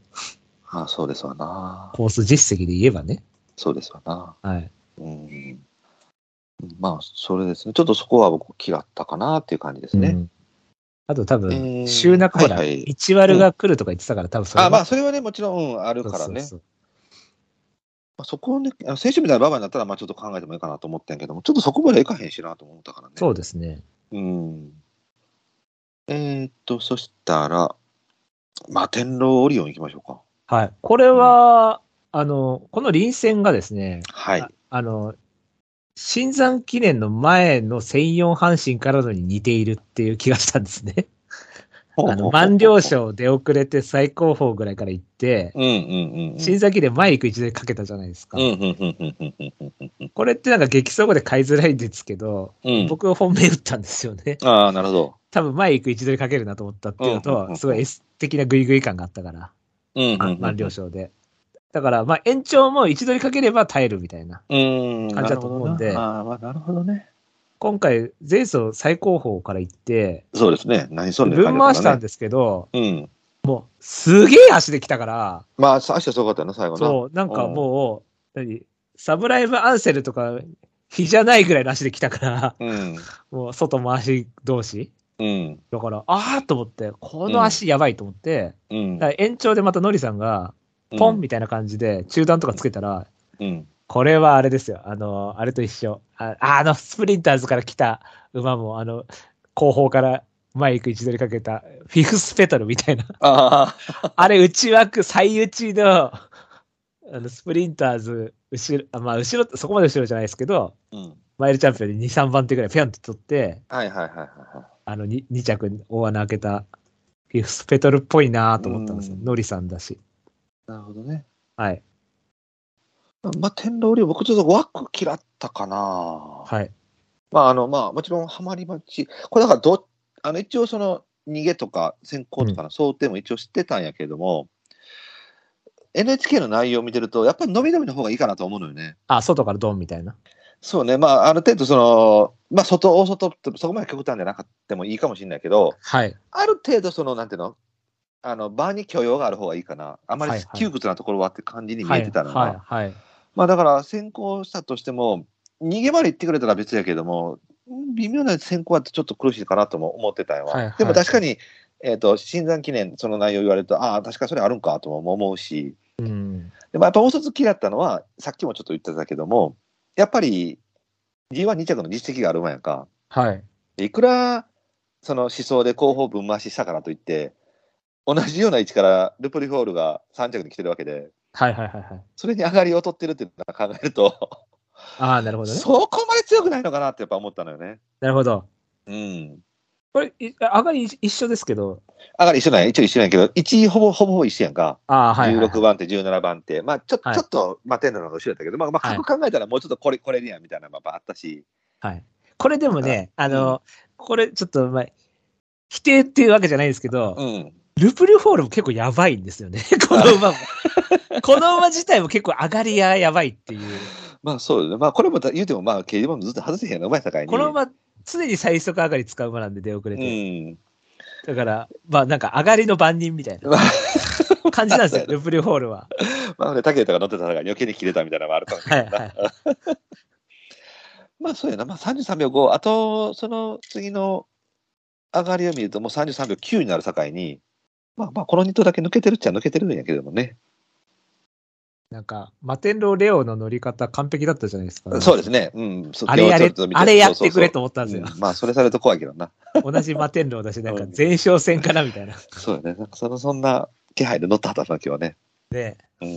B: ああ、そうですわな。
A: コース実績で言えばね。
B: そうですわな。
A: はい。
B: うん。まあ、それですね。ちょっとそこは僕嫌ったかなっていう感じですね。
A: うんあと多
B: えー
A: 分、週中ほら、
B: はいはい
A: 1割が来るとか言ってたから、多分それ
B: あまあ、
A: は
B: それはね、もちろんうんある
A: そう
B: から
A: そう
B: ね。
A: そう
B: まあそこをね、あの選手みたいなババアになったら、まあちょっと考えてもいいかなと思ってんけども、ちょっとそこまでいかへんしなと思ったからね。
A: そうですね。
B: うん。えー、っと、そしたら、まあ、天狼オリオン行きましょうか。
A: はい。これは、あの、この臨戦がですね、
B: はい
A: あ。あの、新山記念の前の専用阪神からのに似ているっていう気がしたんですね。あの、満了賞出遅れて最高峰ぐらいから行って、
B: うんうんうんうん。
A: 新山記念前行く位置でかけたじゃないですか
B: うん。うんうんうんうんうんうん
A: これってなんか激走後で買いづらいんですけど、
B: うんうん。
A: 僕本命打ったんですよね。
B: ああ、なるほど。
A: 多分前行く位置取りかけるなと思ったっていうの
B: うんうんうん
A: と、すごい S 的なグイグイ感があったから、
B: うんうんうん。
A: 満了賞で。だから、まあ延長も位置取りかければ耐えるみたいな。
B: うん。
A: 感じだと思うんで
B: なるほどなああ、まあ、なるほどね。
A: 今回、前走最高峰から行って、
B: そうですね。何それ。
A: 分回したん
B: で。
A: ですけど、
B: うん。
A: すげえ足で来たから、
B: まあ、明日すごかったな、最後な。
A: そう、なんかもう、何、サブライブアンセルとか、日じゃないぐらいの足で来たから、
B: う。うん。
A: もう外回し同士。
B: うん。
A: だから、あーと思って、この足やばいと思って、
B: うん。
A: だから延長でまたノリさんが、ポンみたいな感じで中断とかつけたら、
B: うん。
A: これはあれですよ。あの、あれと一緒。ああの、スプリンターズから来た馬も、あの、後方から前行く位置取りかけた、フィフスペトルみたいな。
B: あ
A: あれ、内枠、最内の、あの、スプリンターズ、後ろ、あまあ、後ろって、そこまで後ろじゃないですけど、
B: あ。うん。
A: マイルチャンピオンで2、3番手ぐらいピョンって取って、
B: はいはいはいはいはい。
A: あの、2, 2着に大穴開けた、フィフスペトルっぽいなと思ったんですよ。
B: うん
A: ノリさんだし。
B: なるほどね。
A: はい。
B: まあ、天狼竜、僕ちょっと枠嫌ったかな。はい。
A: はい。
B: まあ、あの、まあ、もちろん、ハマり待ち。これだからど、あの、一応その、逃げとか先行とかの想定も一応知ってたんやけれども、NHK の内容を見てると、やっぱり伸び伸びの方がいいかなと思うのよね。
A: あ、外からドンみたいな。
B: そうね。まあ、ある程度、その、まあ、外、大外って、そこまで極端じゃなくてもいいかもしれないけど、
A: はい。
B: ある程度、その、なんていうのあの、場に許容がある方がいいかな。あま
A: は
B: り
A: いはい
B: 窮屈なところはって感じに見えてたのが、
A: はい。はい。はい
B: まあだから先行したとしても、逃げまで行ってくれたら別やけども、微妙な先行はちょっと苦しいかなとも思ってたよ、
A: はいはい
B: でも確かに、えっ、と、新山記念、その内容言われると、ああ、確かにそれあるんかとも思うし、
A: うん。
B: でもやっぱ大卒嫌ったのは、さっきもちょっと言ってたけども、やっぱり G12 着の実績があるわやんか。
A: はい。
B: いくら、その思想で後方分回ししたからといって、同じような位置からルプリフォールが3着に来てるわけで、
A: はいはいはいはい。
B: それに上がりを取ってるっていうのを考えると、
A: ああ、なるほどね。
B: そこまで強くないのかなってやっぱ思ったのよね。
A: なるほど。
B: うん。
A: これ、い上がり一緒ですけど、
B: 上がり一緒なんや、一応一緒なんやけど、1位ほぼほぼほぼ一緒やんか。
A: ああ、はい、はいはい。
B: 16番手、17番手、まあちょ,、
A: はい
B: ちょっと、まあ、天皇の方が後ろだったけど、まあ、まあ、
A: はい
B: 格考えたらもうちょっとこれ、これにやみたいなのもやっぱあったし、
A: はい。これでもね、あの、これちょっと、まあ、否定っていうわけじゃないですけど、
B: うん、
A: ルプルフォールも結構やばいんですよね。 この 馬も。この馬自体も結構上がりがやばいっていう。
B: まあそうよね、まあこれも言うても、まあ、競馬もずっと外せへんの、うまい境に。
A: この馬、常に最速上がり使う馬なんで出遅
B: う
A: れて。
B: ん、
A: だから、まあなんか上がりの番人みたいな
B: まあ、
A: 感じなんですよ、 ルプルフォールは。
B: まあ、ね、竹とか乗ってたから余計に切れたみたいなのもあるかもし
A: は
B: れ
A: い
B: ないな。
A: はい。
B: まあそうやな、まあ、33秒5、あとその次の上がりを見ると、もう33秒9になる境に、まあまあ、この2頭だけ抜けてるっちゃ抜けてるんやけどもね、
A: なんか、マテンローレオの乗り方完璧だったじゃないですか。
B: そうですね、うん、そ
A: あれや
B: 今日
A: れ
B: ちょっと見、て
A: あれやってくれと
B: そう
A: 思ったんです
B: そう
A: よ。
B: うんまあ、それされると怖いけどな。
A: 同じマテンローだし、なんか前哨戦かなみたいな。
B: そうよね。なんかそのそんな気配で乗ったはずだ、今日はね。
A: で、
B: うん。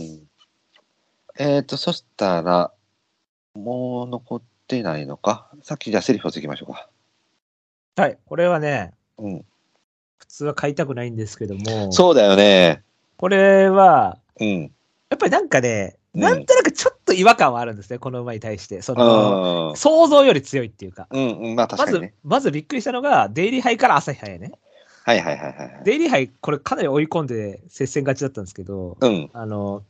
B: えっ、ー、と、そしたら、もう残ってないのか。さっきじゃあセリフをつきましょうか。
A: はい、これはね、
B: うん。
A: 普通は買いたくないんですけども、
B: そうだよね。
A: これは、
B: うん。
A: やっぱりなんかね、
B: うん
A: なんとなくちょっと違和感はあるんですね、この馬に対して。その、
B: あー
A: 想像より強いっていうか。
B: うん、うん、まあ確
A: ま
B: かに
A: ず
B: ね。、
A: まずびっくりしたのが、デイリー杯から朝日杯やね。
B: はいはいはいはい。
A: デイリー杯、これかなり追い込んで接戦勝ちだったんですけど、
B: うん。
A: あの、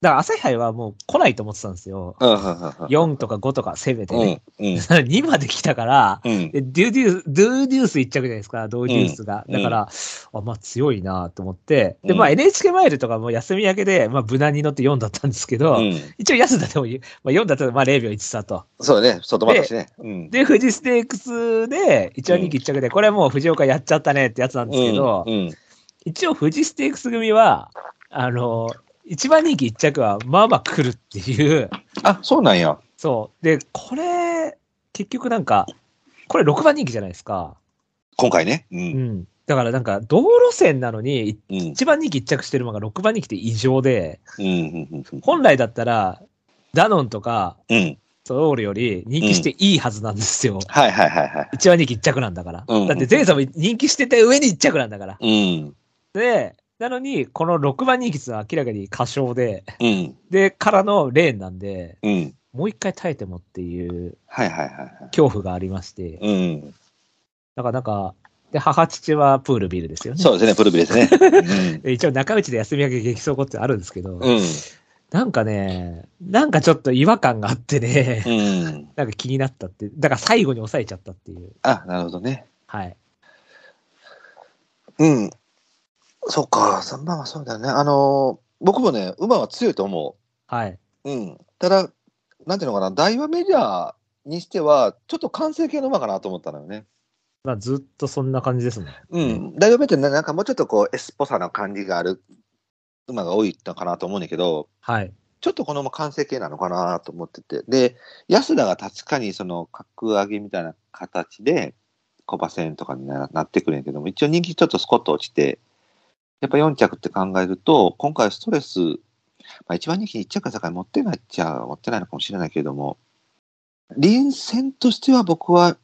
A: だから朝日杯はもう来ないと思ってたんですよ。
B: うん、うん
A: 4とか5とかせめて
B: うん、う
A: ね。
B: ん。 うん、
A: 2まで来たから、
B: うん。
A: でデューデュース、ドゥーデュース一着じゃないですか、ドゥーデュースが。
B: うん
A: だから、あ、まあ強いなと思って、で、
B: うん
A: まあ NHK マイルとかも休み明けで、まあ無難に乗って4だったんですけど、
B: うん、
A: 一応安田でも、まあ、4だったらまあ0秒1差と。
B: そうだね、外回しね。うん。
A: で、富士ステークスで、一応2期1着で、これはもう藤岡やっちゃったねってやつなんですけど、
B: うん、うん
A: 一応富士ステークス組は、あの、一番人気1着は、まあまあ来るっていう、
B: あ、そうなんや。
A: そう。で、これ、結局なんか、これ6番人気じゃないですか。
B: 今回ね。う。
A: うんん。だからなんか、道路線なのに、
B: うん。
A: 一番人気1着してる馬が6番人気って異常で、
B: うん。うん。うん
A: 本来だったら、ダノンとか、
B: うん。
A: ソウルより人気していいはずなんですよ。
B: はいはいはいはい。
A: 一番人気一着なんだから。
B: うん
A: だって前走も人気してて上に一着なんだから。
B: うん。
A: で、なのに、この6番人気っていうのは明らかに過小で、
B: うん。
A: で、からのレーンなんで、
B: うん。
A: もう一回耐えてもっていう
B: はいはいはいはい。
A: 恐怖がありまして、
B: うん。
A: だからなんか、で、母父はプールビールですよね。
B: そうですね、プルビですね。
A: で一応中内で休み明け激走後ってあるんですけど、
B: うん。うん。
A: なんかね、なんかちょっと違和感があってね、
B: うん。
A: なんか気になったって、だから最後に抑えちゃったっていう。
B: あ、なるほどね。
A: はい。
B: うん。そっか、3番はそうだよね。あのー、僕もね、馬は強いと思
A: はい。
B: う。うん。ただ、なんていうのかな、大和メジャーにしては、ちょっと完成形の馬かなと思ったのよね。
A: まあずっとそんな感じですもん。
B: うん。大和メジャーってなんかもうちょっとこう、エスっぽさの感じがある馬が多いのかなと思うんだけど、
A: はい。
B: ちょっとこのまま完成形なのかなと思ってて。で、安田が確かにその格上げみたいな形で、小馬戦とかにななってくるんやけども、一応人気ちょっとスコッと落ちて、やっぱ4着って考えると、今回ストレス、まあ、一番人気1着だから持ってないっちゃ持ってないのかもしれないけれども、臨戦としては僕は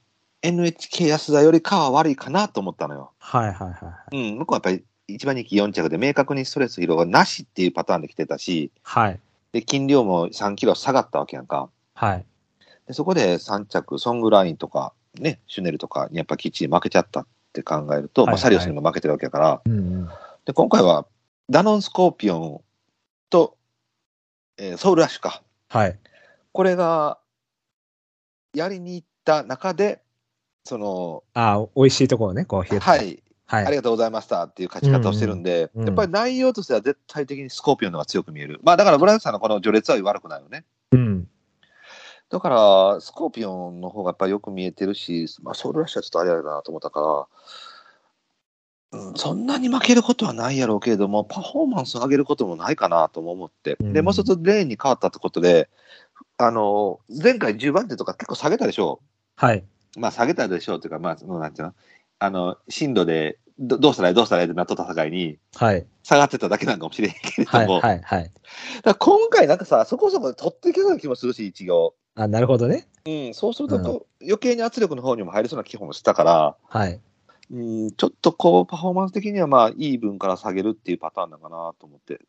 B: NHK 安田よりかは悪いかなと思ったのよ。
A: はいはいはいはい。
B: うん、向こうはやっぱり一番人気4着で明確にストレス疲労がなしっていうパターンで来てたし、
A: はい。
B: で、斤量も3キロ下がったわけやんか。
A: はい。
B: で、そこで3着、ソングラインとか、ね、シュネルとかにやっぱきっちり負けちゃったって考えると、
A: はい
B: まあ、サリオスにも負けてるわけやから、
A: うんうん。
B: で、今回は、ダノンスコーピオンと、えーソウルラッシュか。
A: はい。
B: これが、やりに行った中で、その、
A: ああ、美味しいところね、こう、冷えて
B: はい、
A: は
B: あり
A: い。
B: がとうございましたっていう勝ち方をしてるんで、
A: うんうんうん
B: やっぱり内容としては絶対的にスコーピオンの方が強く見える。まあだからブランさんのこの序列は悪くないよね。
A: うん。
B: だから、スコーピオンの方がやっぱりよく見えてるし、まあ、ソウルラッシュはちょっとあれやなと思ったから、うん、そんなに負けることはないやろうけれども、パフォーマンスを上げることもないかなとも思って、
A: うん
B: でもう一つレーンに変わったってことで、あの前回10番手とか結構下げたでしょ
A: はい。
B: まあ、下げたでしょうというか、まあ、そのなんていうの、あの進路でどどうしたらいいどうしたらいいってなっとった境に、
A: はい。
B: 下がってただけなんかもしれんけれど
A: はい。
B: も、
A: はい。はい。
B: だから今回なんかさ、そこそこ取っていけそうな気もするし、一行。
A: あ、なるほどね。
B: うん、そうするとこう、余計に圧力の方にも入りそうな気もしたから、
A: はい。
B: うん、ちょっとこう、パフォーマンス的にはまあ、いい分から下げるっていうパターンなのかなと思って。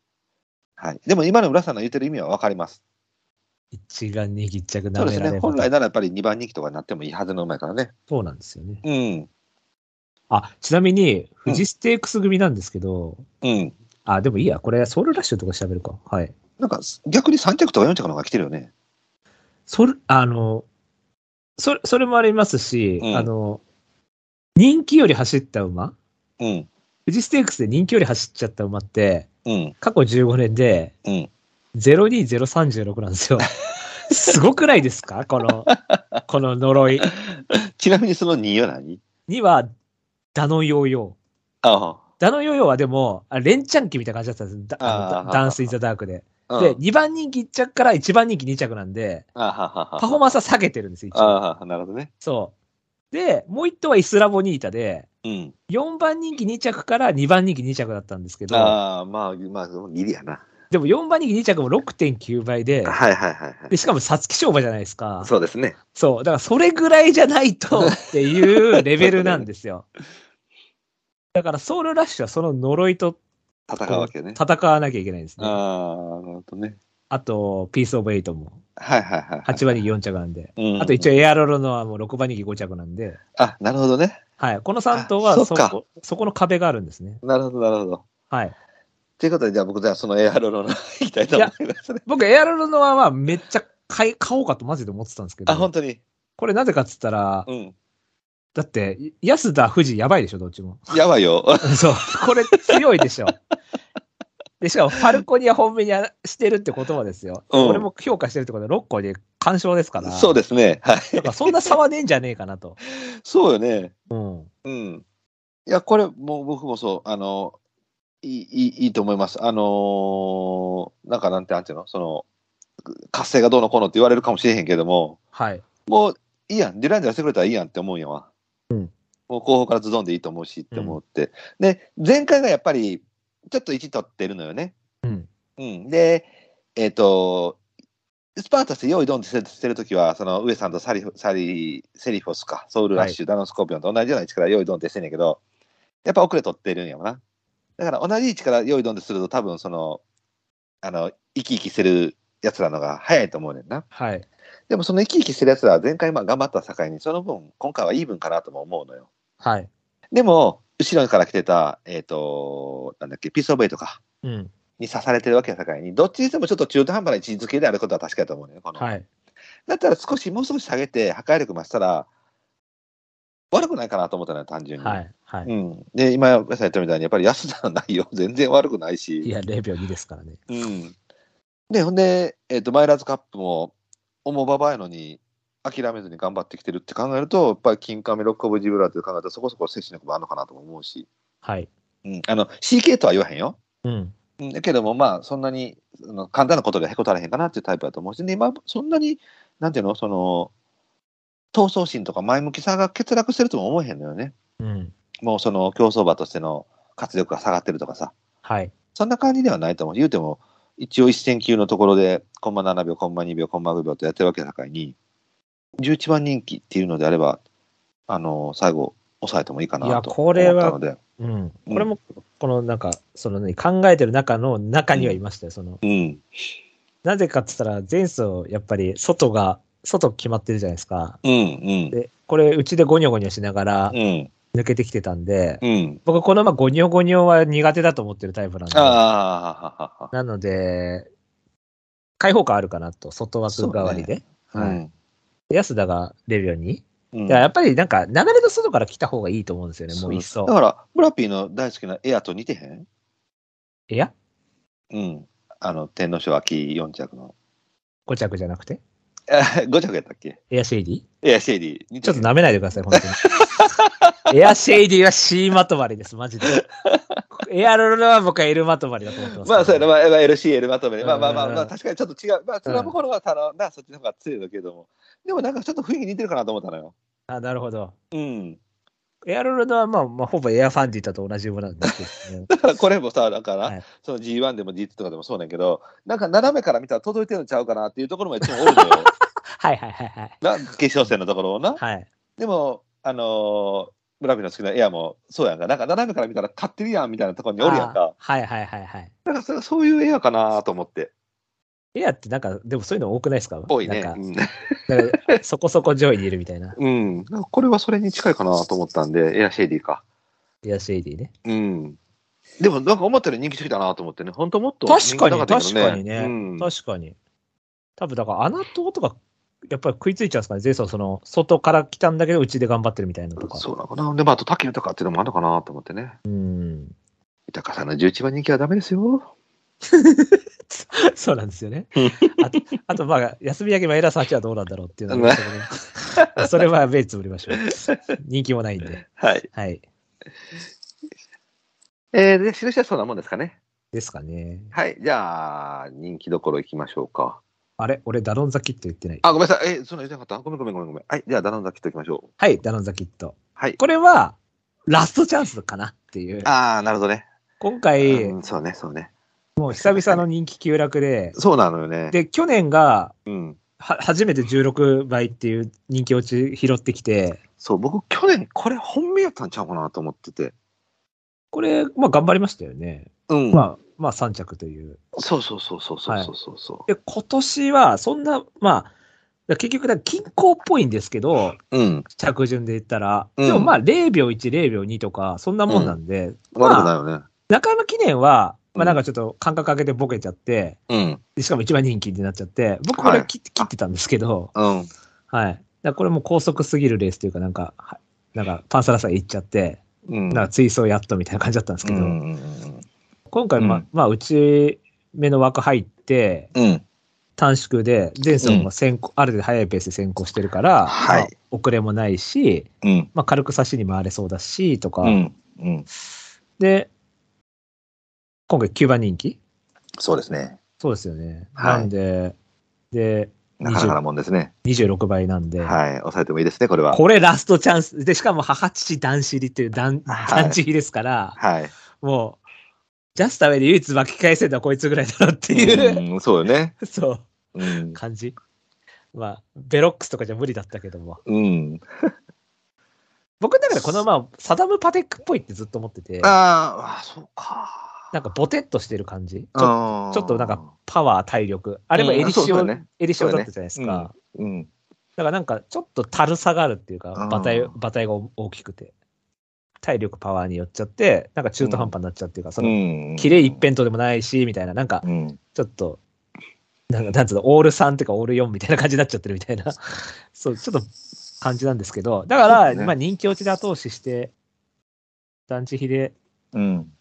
B: はい。でも今の浦さんの言ってる意味はわかります。
A: 一眼にぎっちゃく
B: そ
A: な
B: うで
A: め
B: す
A: られ
B: ね。
A: ば
B: 本来ならやっぱり2番人気とかになってもいいはずの馬やからね。
A: そうなんですよね。
B: うん。
A: あ、ちなみに、富士ステークス組なんですけど、
B: うん。
A: あ、でもいいや。これ、ソウルラッシュとか調べるか。はい。
B: なんか、逆に3着とか4着の方が来てるよね。
A: それ、あの、それ、それもありますし、
B: うん
A: あの、人気より走った馬
B: うん。
A: 富士ステークスで人気より走っちゃった馬って、
B: うん。
A: 過去15年で、
B: うん
A: 02036なん ですよ。すごくないですかこの、この呪い。
B: ちなみにその2は何
A: には、ダノンヨーヨー。
B: あ
A: ダノンヨーヨーはでも、あ連チャン期みたいな感じだったんですだあ
B: あ
A: の
B: ー
A: ダンス・イン・ザ・ダークで。
B: あ。
A: で、
B: うん、
A: 2番人気1着から1番人気2着なんで、
B: あははは
A: パフォーマンスは下げてるんです、一応。
B: ああ、なるほどね。
A: そう。で、もう1頭はイスラボニータで、
B: うん。
A: 4番人気2着から2番人気2着だったんですけど、
B: ああ、まあ、まあ、ギリやな。
A: でも4番人気2着も6.9倍で、
B: はいはいはいは
A: で、しかも皐月賞馬じゃないですか
B: い。。そうですね。
A: そう。だからそれぐらいじゃないとって いうレベルなんですよ。だからソウルラッシュはその呪いと
B: 戦うわけね。
A: 戦わなきゃいけないんです
B: あ
A: ね。
B: あ、なるほどね。
A: あと、ピースオブエイトも
B: はいはいはい、はい。
A: 8番人気4着なんで。
B: うん
A: あと一応エアロロのはもう6番人気5着なんで。
B: あ、なるほどね。
A: はい。この3頭は
B: あ
A: そ
B: そっか
A: こ、そこの壁があるんですね。
B: なるほど、なるほど。
A: はい。
B: ということで、じゃあ僕、じゃあそのエアロロの行きたいと思いますね。
A: 僕、エアロロのはまあめっちゃ買い、買おうかとマジで思ってたんですけ
B: あ、本
A: ど。
B: 当に。
A: これなぜかっつったら
B: う、ん。
A: だって、安田、富士やばいでしょ、どっちも。
B: やばいよ。
A: そう。 これ強いでしょ。で、しかも、ファルコニア本命にあしてるってことはですよ。
B: うん
A: これも評価してるってことは、6個で完勝ですから。
B: そう
A: で
B: ですね。はい。
A: す。だから、そんな差はねえんじゃねえかなと。
B: そうよね。
A: うん。
B: うん。いや、これ、もう僕もそう、あの、いい、いいいいと思います。あのーなんかなんて、なんていうのその、活性がどうのこうのって言われるかもしれへんけども、
A: はい。
B: もういいやん、デュランジャーしてくれたらいいやんって思うんやわ。
A: うん
B: もう後方からズドンでいいと思うしって思って。で、前回がやっぱり、ちょっと1取ってるのよね。
A: うん。
B: うん、で、えっ、と、スパータスで用意ドンってしてるときは、その上さんとサリフサリセリフォスか、ソウルラッシュ、ダノンスコーピオンと同じような位置から用意ドンってしてんねんけど、やっぱ遅れとってるんやもな。だから同じ位置から用意ドンってすると、多分その、あの、生き生きしてるやつらのが早いと思うねんな。
A: はい。
B: でもその生き生きしてるやつらは前回まあ頑張った境に、その分、今回はいい分かなとも思うのよ。
A: はい。
B: でも、後ろから来てた、えっ、と、なんだっけ、ピースオブエイとか、
A: うん。
B: に刺されてるわけやさかいに、どっちにしてもちょっと中途半端な位置づけであることは確かだと思うね。この
A: はい。
B: だったら少し、もう少し下げて、破壊力増したら、悪くないかなと思ったのよ、単純に。
A: はい。は
B: う
A: い。
B: ん、で、今、やさん言ったみたいに、やっぱり安田の内容、全然悪くない
A: い
B: し。
A: や、0秒2ですからね。
B: うん、で、ほんで、えっとマイラーズカップも、重馬場やのに、諦めずに頑張ってきてるって考えると、やっぱり金亀、ロックオブジブラーって考えたら、そこそこ精神力もあるのかなとも思うし、
A: はい。
B: うん、あの CK とは言わへんよ。
A: うん。
B: うんだけども、まあ、そんなにあの簡単なことでへこたれへんかなっていうタイプだと思うし、で今、そんなに、なんていうの、その、闘争心とか前向きさが欠落してるとも思えへんのよね。
A: うん。
B: もうその競走馬としての活力が下がってるとかさ、
A: はい。
B: そんな感じではないと思う。言うても、一応一戦級のところで、コンマ7秒、コンマ2秒、コンマ5秒とやってるわけだからに、11番人気っていうのであれば、あの、最後、抑えてもいいかな
A: い
B: と思
A: や
B: った
A: これは
B: ので。
A: うん。これも、このなんか、そのね、考えてる中の中にはいましたよ。その、
B: うん。
A: なぜかっつったら、前走、やっぱり、外が、外決まってるじゃないですか。
B: うん。うん。
A: で、これ、うちでゴニョゴニョしながら、
B: うん。
A: 抜けてきてたんで、
B: うん。
A: 僕このまゴニョゴニョは苦手だと思ってるタイプなんで、
B: ああ、はははは。
A: なので、開放感あるかなと、外枠代わりで。はい
B: うん
A: 安田が出るように。
B: うん
A: だからやっぱりなんか流れの外から来た方がいいと思うんですよね、もういっそ
B: だ。から、ブラピーの大好きなエアと似てへん
A: いや、
B: うん。あの、天皇賞秋4着の。
A: 5着じゃなくて
B: あ5着やったっけ
A: エアシェイディ
B: エアシェイディ似
A: ちょ
B: て
A: っ
B: へ
A: と
B: ん。
A: 舐めないでください、本当 に。エアシェイディは C まとまりです、マジで。エアロロは僕は L まとまりだと思ってます。
B: まあ、そうやな、まあ、まあ LCL まとめ
A: う
B: て、
A: ん
B: まあまあまあ、まあ、確かにちょっと違う。まあ、それは
A: うん
B: ころは、あの、な、そっちの方が強いんだけども。でもなんかちょっと雰囲気似てるかなと思ったのよ。
A: あなるほど。
B: うん。
A: エアロラドは、まあ、まあ、ほぼエアファンディタと同じものなんですけ どね。
B: だからこれもさ、だから、
A: はい
B: その G1 でも G2 とかでもそうなんやけど、なんか斜めから見たら届いてるのちゃうかなっていうところもいつも多 いのよ。
A: はいはいはいはい。
B: な決勝戦のところをな。
A: はい。
B: でも、あのー村人の好きなエアもそうやんか、なんか斜めから見たら勝ってるやんみたいなところにおるやん
A: あー
B: か。
A: はいはいはいはい。
B: だからそれそういうエアかなと思って。
A: エアってなんか、でもそういうの多くないですか
B: 多いね。
A: なんか
B: うん
A: なんかそこそこ上位にいるみたいな。
B: うん。なんかこれはそれに近いかなと思ったんで、エアシェイディか。
A: エアシェイディね。
B: うん。でもなんか思ったより人気すぎたなと思ってね。本当もっと
A: 確かに、
B: 人気なったけ
A: 確
B: ど
A: かにね。
B: うん
A: 確かに。多分だから、穴党とか、やっぱり食いついちゃうんですかね。ゼイソン、その、外から来たんだけど、うちで頑張ってるみたいなとか。
B: そうなのかな。で、まあ、あと、滝豊っていうのもあるのかなと思ってね。
A: うん。
B: 豊さんの11番人気はダメですよ。
A: そうなんですよね。あと、あとまあ、休み明け前エラサーチはどうなんだろうっていうのは、 それは目つぶりましょう。人気もないんで。
B: はい。
A: はい。
B: えー、で、印はそんなもんですかね。
A: ですかね。
B: はい。じゃあ、人気どころ行きましょうか。
A: あれ俺、ダロンザキット言ってない。
B: あ、ごめんなさい。え、そんな言ってなかったごめんごめんごめんごめん。はい。じゃあ、ダノンザ切っておきましょう。
A: はい、ダロンザキット。
B: はい。
A: これは、ラストチャンスかなっていう。
B: あー、なるほどね。
A: 今回、
B: うん、そうね、そうね。
A: もう久々の人気急落で、
B: そうなのよね。
A: で、去年が、
B: うん。
A: は初めて16倍っていう人気落ち拾ってきて、
B: そう、僕、去年、これ本命やったんちゃうかなと思ってて。
A: これ、まあ頑張りましたよね。
B: うん。
A: まあ、まあ3着という。
B: そうそうそうそうそうそうそうそ
A: で、今年は、そんな、まあ、だ結局、均衡っぽいんですけど、
B: う。うん。
A: 着順で言ったら。
B: うん
A: でもまあ、0秒1、0秒2とか、そんなもんなんで、
B: 悪くな
A: ま
B: い
A: あ、
B: よね。
A: 中山記念は、ま
B: う
A: あ
B: ん
A: なんかちょっと感覚上げてボケちゃって、
B: うん。
A: でしかも一番人気になっちゃって、僕これ
B: はい
A: 切って,、切ってたんですけど、
B: うん。
A: はい。だからこれも高速すぎるレースというか、なんか、はなんかパンサラさん行っちゃって、
B: うん。
A: なんか追走やっとみたいな感じだったんです
B: う
A: けど、
B: ん。うん
A: 今回ま、
B: うん
A: まあ、うち目の枠入って、
B: うん。
A: 短縮で、ジェンソンも先行、ある程度速いペースで先行してるから、
B: はい
A: まあ遅れもないし、
B: うん。
A: まあ、軽く差しに回れそうだし、とか、
B: うん。うん。
A: で、今回9番人気
B: そうですね。
A: そうですよね。
B: はい
A: なんで、で、
B: なかなかなもんですね。
A: 26倍なんで、
B: はい。抑えてもいいですね、これは。
A: これラストチャンス。で、しかも母父男子入りっていう団、
B: はい
A: 団地比ですから、
B: はい。
A: もう、ジャスタウェイで唯一巻き返せるのはこいつぐらいだろうっていう、
B: うん、そうよね。
A: そう。
B: うん。
A: 感じまあ、ベロックスとかじゃ無理だったけども。
B: うん。
A: 僕の中でこのまあ、サダム・パテックっぽいってずっと思ってて、な
B: あーあ、そうか。
A: んかボテッとしてる感じ。ちょ
B: あー
A: ちょっとなんか、パワー、体力。あれもエリシオ、
B: うんそうだね
A: エリシオだったじゃないですか。
B: そう
A: だ
B: だねうん。
A: からなんか、ちょっとたるさがあるっていうか、
B: うん
A: 馬体、馬体が大きくて。体力、パワーによっちゃって、なんか中途半端になっちゃうっていうか、その、
B: の
A: 綺麗一。辺倒でもないし、みたいな、なんか、
B: うん。
A: ちょっと、なんか、なんつうの、オール3っていうか、オール4みたいな感じになっちゃってるみたいな、 そう、ちょっと感じなんですけど、だか
B: そう
A: ら、
B: ですね
A: まあ人気落ちで後押しして、団地比で、
B: うん。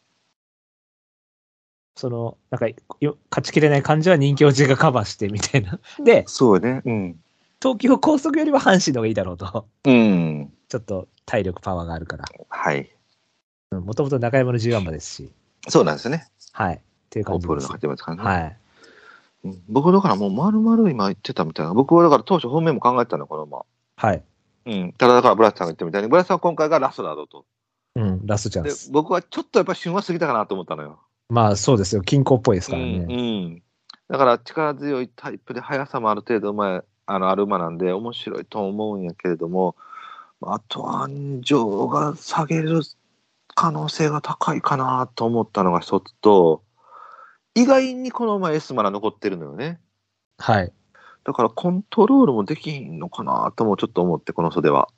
A: その、なんか、よ勝ちきれない感じは人気落ちがカバーしてみたいな。で、
B: そうよね。うん。
A: 東京高速よりは阪神の方がいいだろうと、
B: うん。
A: ちょっと体力、パワーがあるから。
B: はい。
A: もともと中山の10番馬ですし、
B: そうなんですよね。
A: はい。っていう
B: オ
A: 感
B: ー
A: じで
B: プンの
A: す。
B: 入ってますからね。
A: はい。
B: うん僕だからもう丸々今言ってたみたいな。僕はだから当初本命も考えてたの、この馬。
A: はい。
B: うん。ただだからブラスさんが言ったみたいに、ブラスさんは今回がラストだろうと。
A: うん、ラストチャン
B: で
A: ス。、
B: 僕はちょっとやっぱ旬は過ぎたかなと思ったのよ。
A: まあそうですよ、均衡っぽいですから
B: うん
A: ね。
B: うんだから力強いタイプで速さもある程度前あのある馬なんで面白いと思うんやけれどもあと安城が下げる可能性が高いかなと思ったのが一つと意外にこの馬 S マラ残ってるのよね
A: はい。
B: だからコントロールもできひんのかなともちょっと思ってこの袖は。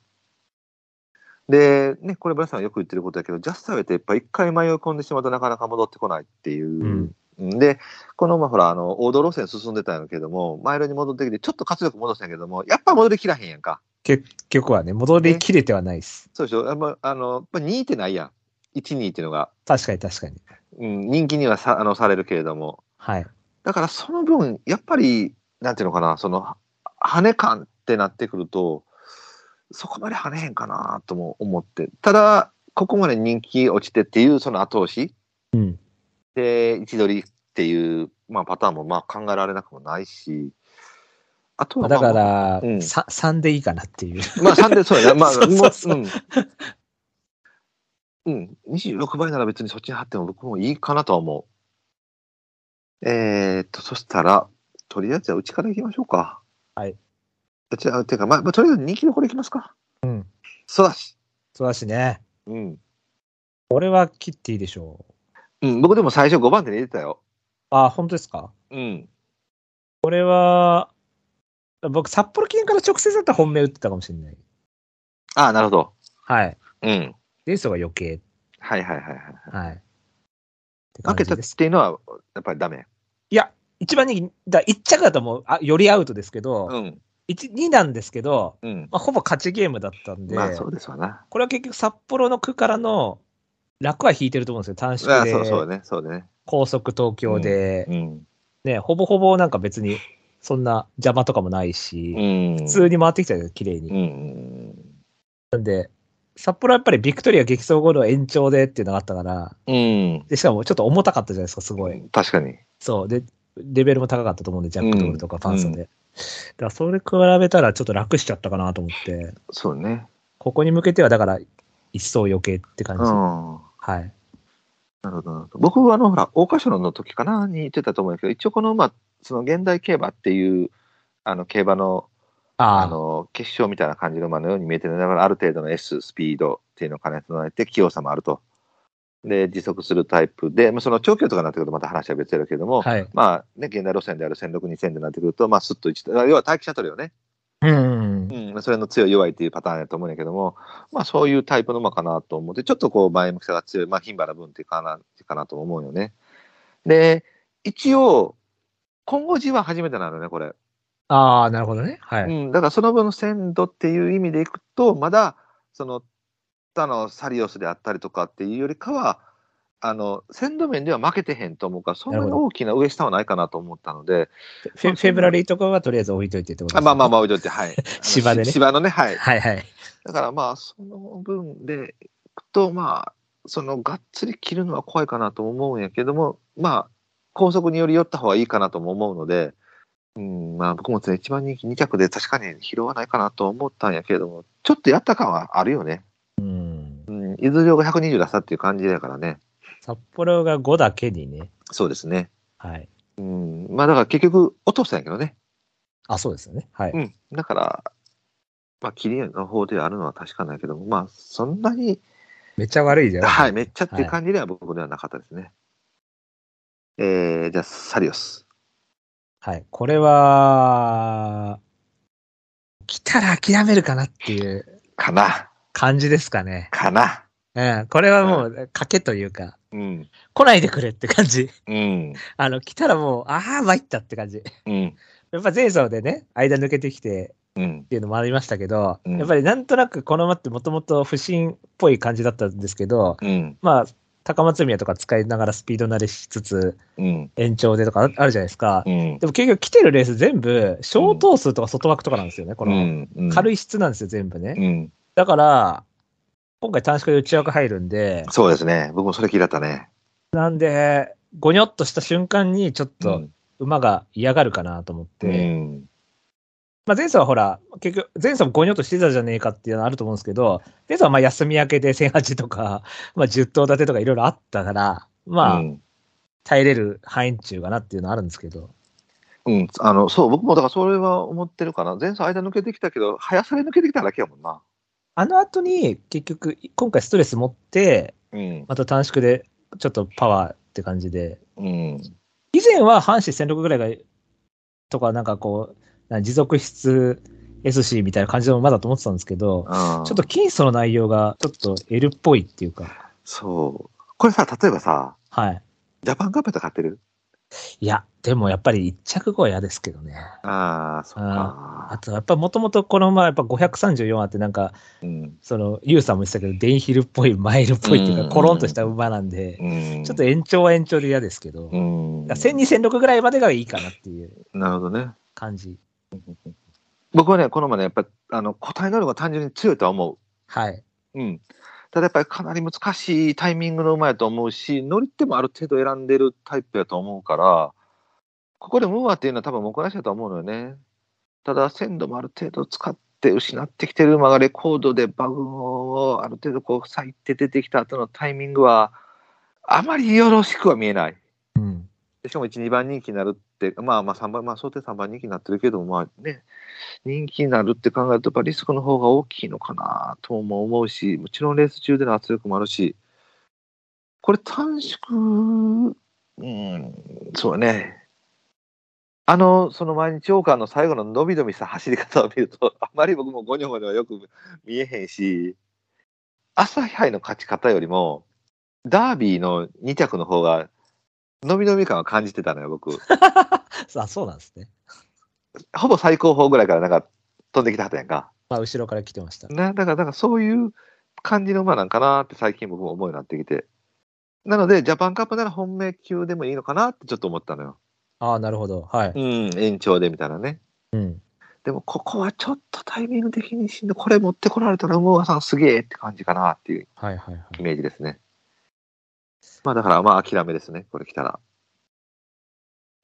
B: でねこれブラスさんがよく言ってることだけどジャスタウェイってやっぱ一回迷い込んでしまうとなかなか戻ってこないっていう。
A: うん。
B: で、このまあほら、あの、王道路線進んでたんやけども、マイルに戻ってきて、ちょっと活力戻したんやけども、やっぱ戻りきらへんやんか。
A: 結局はね、戻りきれてはないです。
B: そうでしょやっぱ、あの、やっぱ2位ってないやん。1、2っていうのが。
A: 確かに確かに。
B: うん、人気にはさあのされるけれども。
A: はい。
B: だからその分、やっぱり、なんていうのかな、その、は羽感ってなってくると、そこまで跳ねへんかなとも思って。ただ、ここまで人気落ちてっていう、その後押し。
A: うん。
B: で、位置取りっていう、まあ、パターンもまあ考えられなくもないし、あと
A: まあだか
B: は、まあ、
A: ら、
B: うん
A: さ3でいいかなっていう。
B: まあ、3でそうやな、まあ、
A: そうそうそう
B: もううんうん、26倍なら別にそっちに貼っても僕もいいかなとは思う。えー、っと、そしたら、とりあえずはうちから行きましょうか。
A: はい。
B: うちは、てか、まあ、まあとりあえず人気のこれ行きますか。
A: うん。
B: そうだし。
A: そうだしね。
B: うん。
A: これは切っていいでしょう。
B: うん、僕でも最初5番手に入れてたよ。
A: あ、本当ですか
B: うん。
A: これは、僕、札幌記念から直接だったら本命打ってたかもしれない。
B: ああ、なるほど。
A: はい。
B: うん。
A: で、そが余計。
B: はいはいはいはい。
A: はい。って
B: 負
A: 感
B: け
A: じ
B: たっ
A: です。
B: ていうのは、やっぱりダメ。
A: いや、一番人気、だ1着だともうあ、よりアウトですけ
B: う
A: ど、
B: ん。
A: 一二2なんですけど、
B: うん。
A: まあ、ほぼ勝ちゲームだったんで、
B: まあ、そうですわな。
A: これは結局札幌の区からの楽は引いてると思うんですよ。短
B: あ
A: 縮
B: あ
A: で、
B: そうそうね、そうね。
A: 高速東京で、
B: うん。
A: ね、ほぼほぼなんか別にそんな邪魔とかもないし、
B: うん。
A: 普通に回ってきたよ、綺麗に。
B: うん。
A: 札幌はやっぱりビクトリア激走後の延長でっていうのがあったから、
B: うん。
A: でしかもちょっと重たかったじゃないですか、すごい。
B: 確かに。
A: そう。で、レベルも高かったと思うんで、ジャックドールとかパンソンで。
B: う
A: だからそれ比べたらちょっと楽しちゃったかなと思って、
B: そうね。
A: ここに向けてはだから一層余計って感
B: う
A: じ。
B: ん。な
A: はい。
B: るほどなるほど。僕は、あの、ほら、桜花賞の時かなに言ってたと思うんだけど、一応この馬、その現代競馬っていう、あの、競馬の、
A: あ
B: あ
A: あ、
B: の、決勝みたいな感じの馬のように見えてるながら、ある程度の S、スピードっていうのを兼ね備えて、器用さもあると。で、時速するタイプで、まあ、その長距離とかになってくるとまた話は別だけども、
A: はい。
B: まあね、現代路線である1600、2000でなってくると、まあ、すっと一要は待機シャトルよね。
A: うん。
B: うん、それの強い弱いっていうパターンやと思うんやけども、まあそういうタイプの馬かなと思って、ちょっとこう前向きさが強い、まあ牝馬な分っていうかな、かなと思うよね。で、一応、今後 G1 初めてなのね、これ。
A: ああ、なるほどね。はい。
B: うん、だからその分の鮮度っていう意味でいくと、まだ、その、他のサリオスであったりとかっていうよりかは、あの、鮮度面では負けてへんと思うから、そんなに大きな上下はないかなと思ったので、
A: フェフェブラリーとかはとりあえず置いといてってこと
B: あまあまあま
A: あ。
B: あ置いといて、はい。あの
A: 芝でね
B: 芝のね、はい。
A: はいはい。
B: だからまあその分でいくとまあそのがっつり切るのは怖いかなと思うんやけどもまあ高速により寄った方がいいかなとも思うのでうんまあ僕も一番人気2着で確かに拾わないかなと思ったんやけどもちょっとやった感はあるよね、
A: うん。
B: うん、いずれが120出したっていう感じだからね
A: 札幌が5だけにね。
B: そうですね
A: はい。
B: うんまあだから結局落としたんやけどね
A: あ、そうですよね。はい。
B: うん、だからまあ切りの方ではあるのは確かなんやけどもまあそんなに
A: めっちゃ悪いじゃん。
B: はい、めっちゃっていう
A: はい
B: 感じでは僕ではなかったですね。えー、じゃあ、サリオス。
A: はい。これは、来たら諦めるかなっていう
B: かな。
A: 感じですかね。
B: かな。
A: うん。これはもう、賭けというか、
B: うん。
A: 来ないでくれって感じ。
B: うん。
A: あの、来たらもう、ああ、参ったって感じ。
B: うん。
A: やっぱ前走でね、間抜けてきて
B: うん
A: っ。ていうのもありましたけど、
B: うん
A: やっぱりなんとなくこの馬ってもともと不審っぽい感じだったんですけど、
B: うん。
A: まあ、高松宮とか使いながらスピード慣れしつつ、
B: うん。
A: 延長でとかああるじゃないですか。
B: うん。
A: でも結局来てるレース全部、小等数とか外枠とかなんですよね、この。
B: うん
A: 軽
B: い。
A: い質なんですよ、全部ね。
B: うん。
A: だから、今回短縮で内枠入るんで、
B: そうですね。僕もそれ聞いたったね。
A: なんで、ごにょっとした瞬間にちょっ
B: う
A: と
B: ん
A: 馬が嫌がるかなと思って、
B: うん。
A: まあ前走はほら、結局、前走もごにょっとしてたじゃねえかっていうのはあると思うんですけど、前走はまあ休み明けで1008とか、 まあ10頭立てとかいろいろあったから、まあ、
B: うん
A: 耐えれる範囲中かなっていうのはあるんですけど。
B: うん。あの、そう、僕もだからそれは思ってるかな。前走間抜けてきたけど、早さで抜けてきただけやもんな。
A: あの後に、結局、今回ストレス持って、
B: うん。
A: また短縮で、ちょっとパワーって感じで、
B: うん。
A: 以前は阪神1006ぐらいが、とかなんかこう、なん持続質 SC みたいな感じの馬だと思ってたんですけど、
B: あ
A: ちょっと金素の内容がちょっと L っぽいっていうか、
B: そう。これさ、例えばさ、
A: はい。
B: ジャパンカップとか買ってる
A: いや、でもやっぱり一着後は嫌ですけどね。
B: ああ、そっ
A: あ
B: か。
A: とやっぱもともとこの馬やっぱ534あってなんか、
B: うん。
A: その、ユウさんも言ってたけど、デンヒルっぽい、マイルっぽいっていう
B: う
A: か、
B: ん
A: コロンとした馬なんで、
B: うん
A: ちょっと延長は延長で嫌ですけど、
B: うん
A: だから1000、2006ぐらいまでがいいかなっていう
B: なるほどね。
A: 感じ。
B: 僕はね、このまね、やっぱあの個体能力が単純に強いとは思
A: はい。
B: う。うん。ただやっぱりかなり難しいタイミングの馬やと思うし、乗り手もある程度選んでるタイプやと思うから、ここでムーアっていうのは多分目なしだと思うのよね。ただ、鮮度もある程度使っって失ってきてる馬がレコードで馬群をある程度こう割いて出てきた後のタイミングはあまりよろしくは見えない。
A: うん。
B: でしかも1、2番人気になるって、まあまあ3番、まあ想定3番人気になってるけど、まあね、人気になるって考えると、やっぱリスクの方が大きいのかなとも思うし、もちろんレース中での圧力もあるし、これ短縮、うん、そうね。あの、その毎日王冠の最後の伸び伸びした走り方を見ると、あまり僕もゴニョゴニョはよく見えへんし、朝日杯の勝ち方よりも、ダービーの2着の方が、伸び伸び感は感じてたのよ、僕。
A: あ、そうなんですね。
B: ほぼ最高峰ぐらいからなんか飛んできたはずやんか。
A: まあ、後ろから来てました。
B: なだから、だからそういう感じの馬なんかなって最近僕も思うようになってきて。なので、ジャパンカップなら本命級でもいいのかなってちょっと思ったのよ。
A: ああ、なるほど。はい。
B: うん、延長でみたいなね。
A: うん。
B: でも、ここはちょっとタイミング的にしんどいこれ持ってこられたら、馬さんすげえって感じかなっていう
A: はいはいはい。
B: イメージですね。まあ、だから、まあ、諦めですね、これ来たら。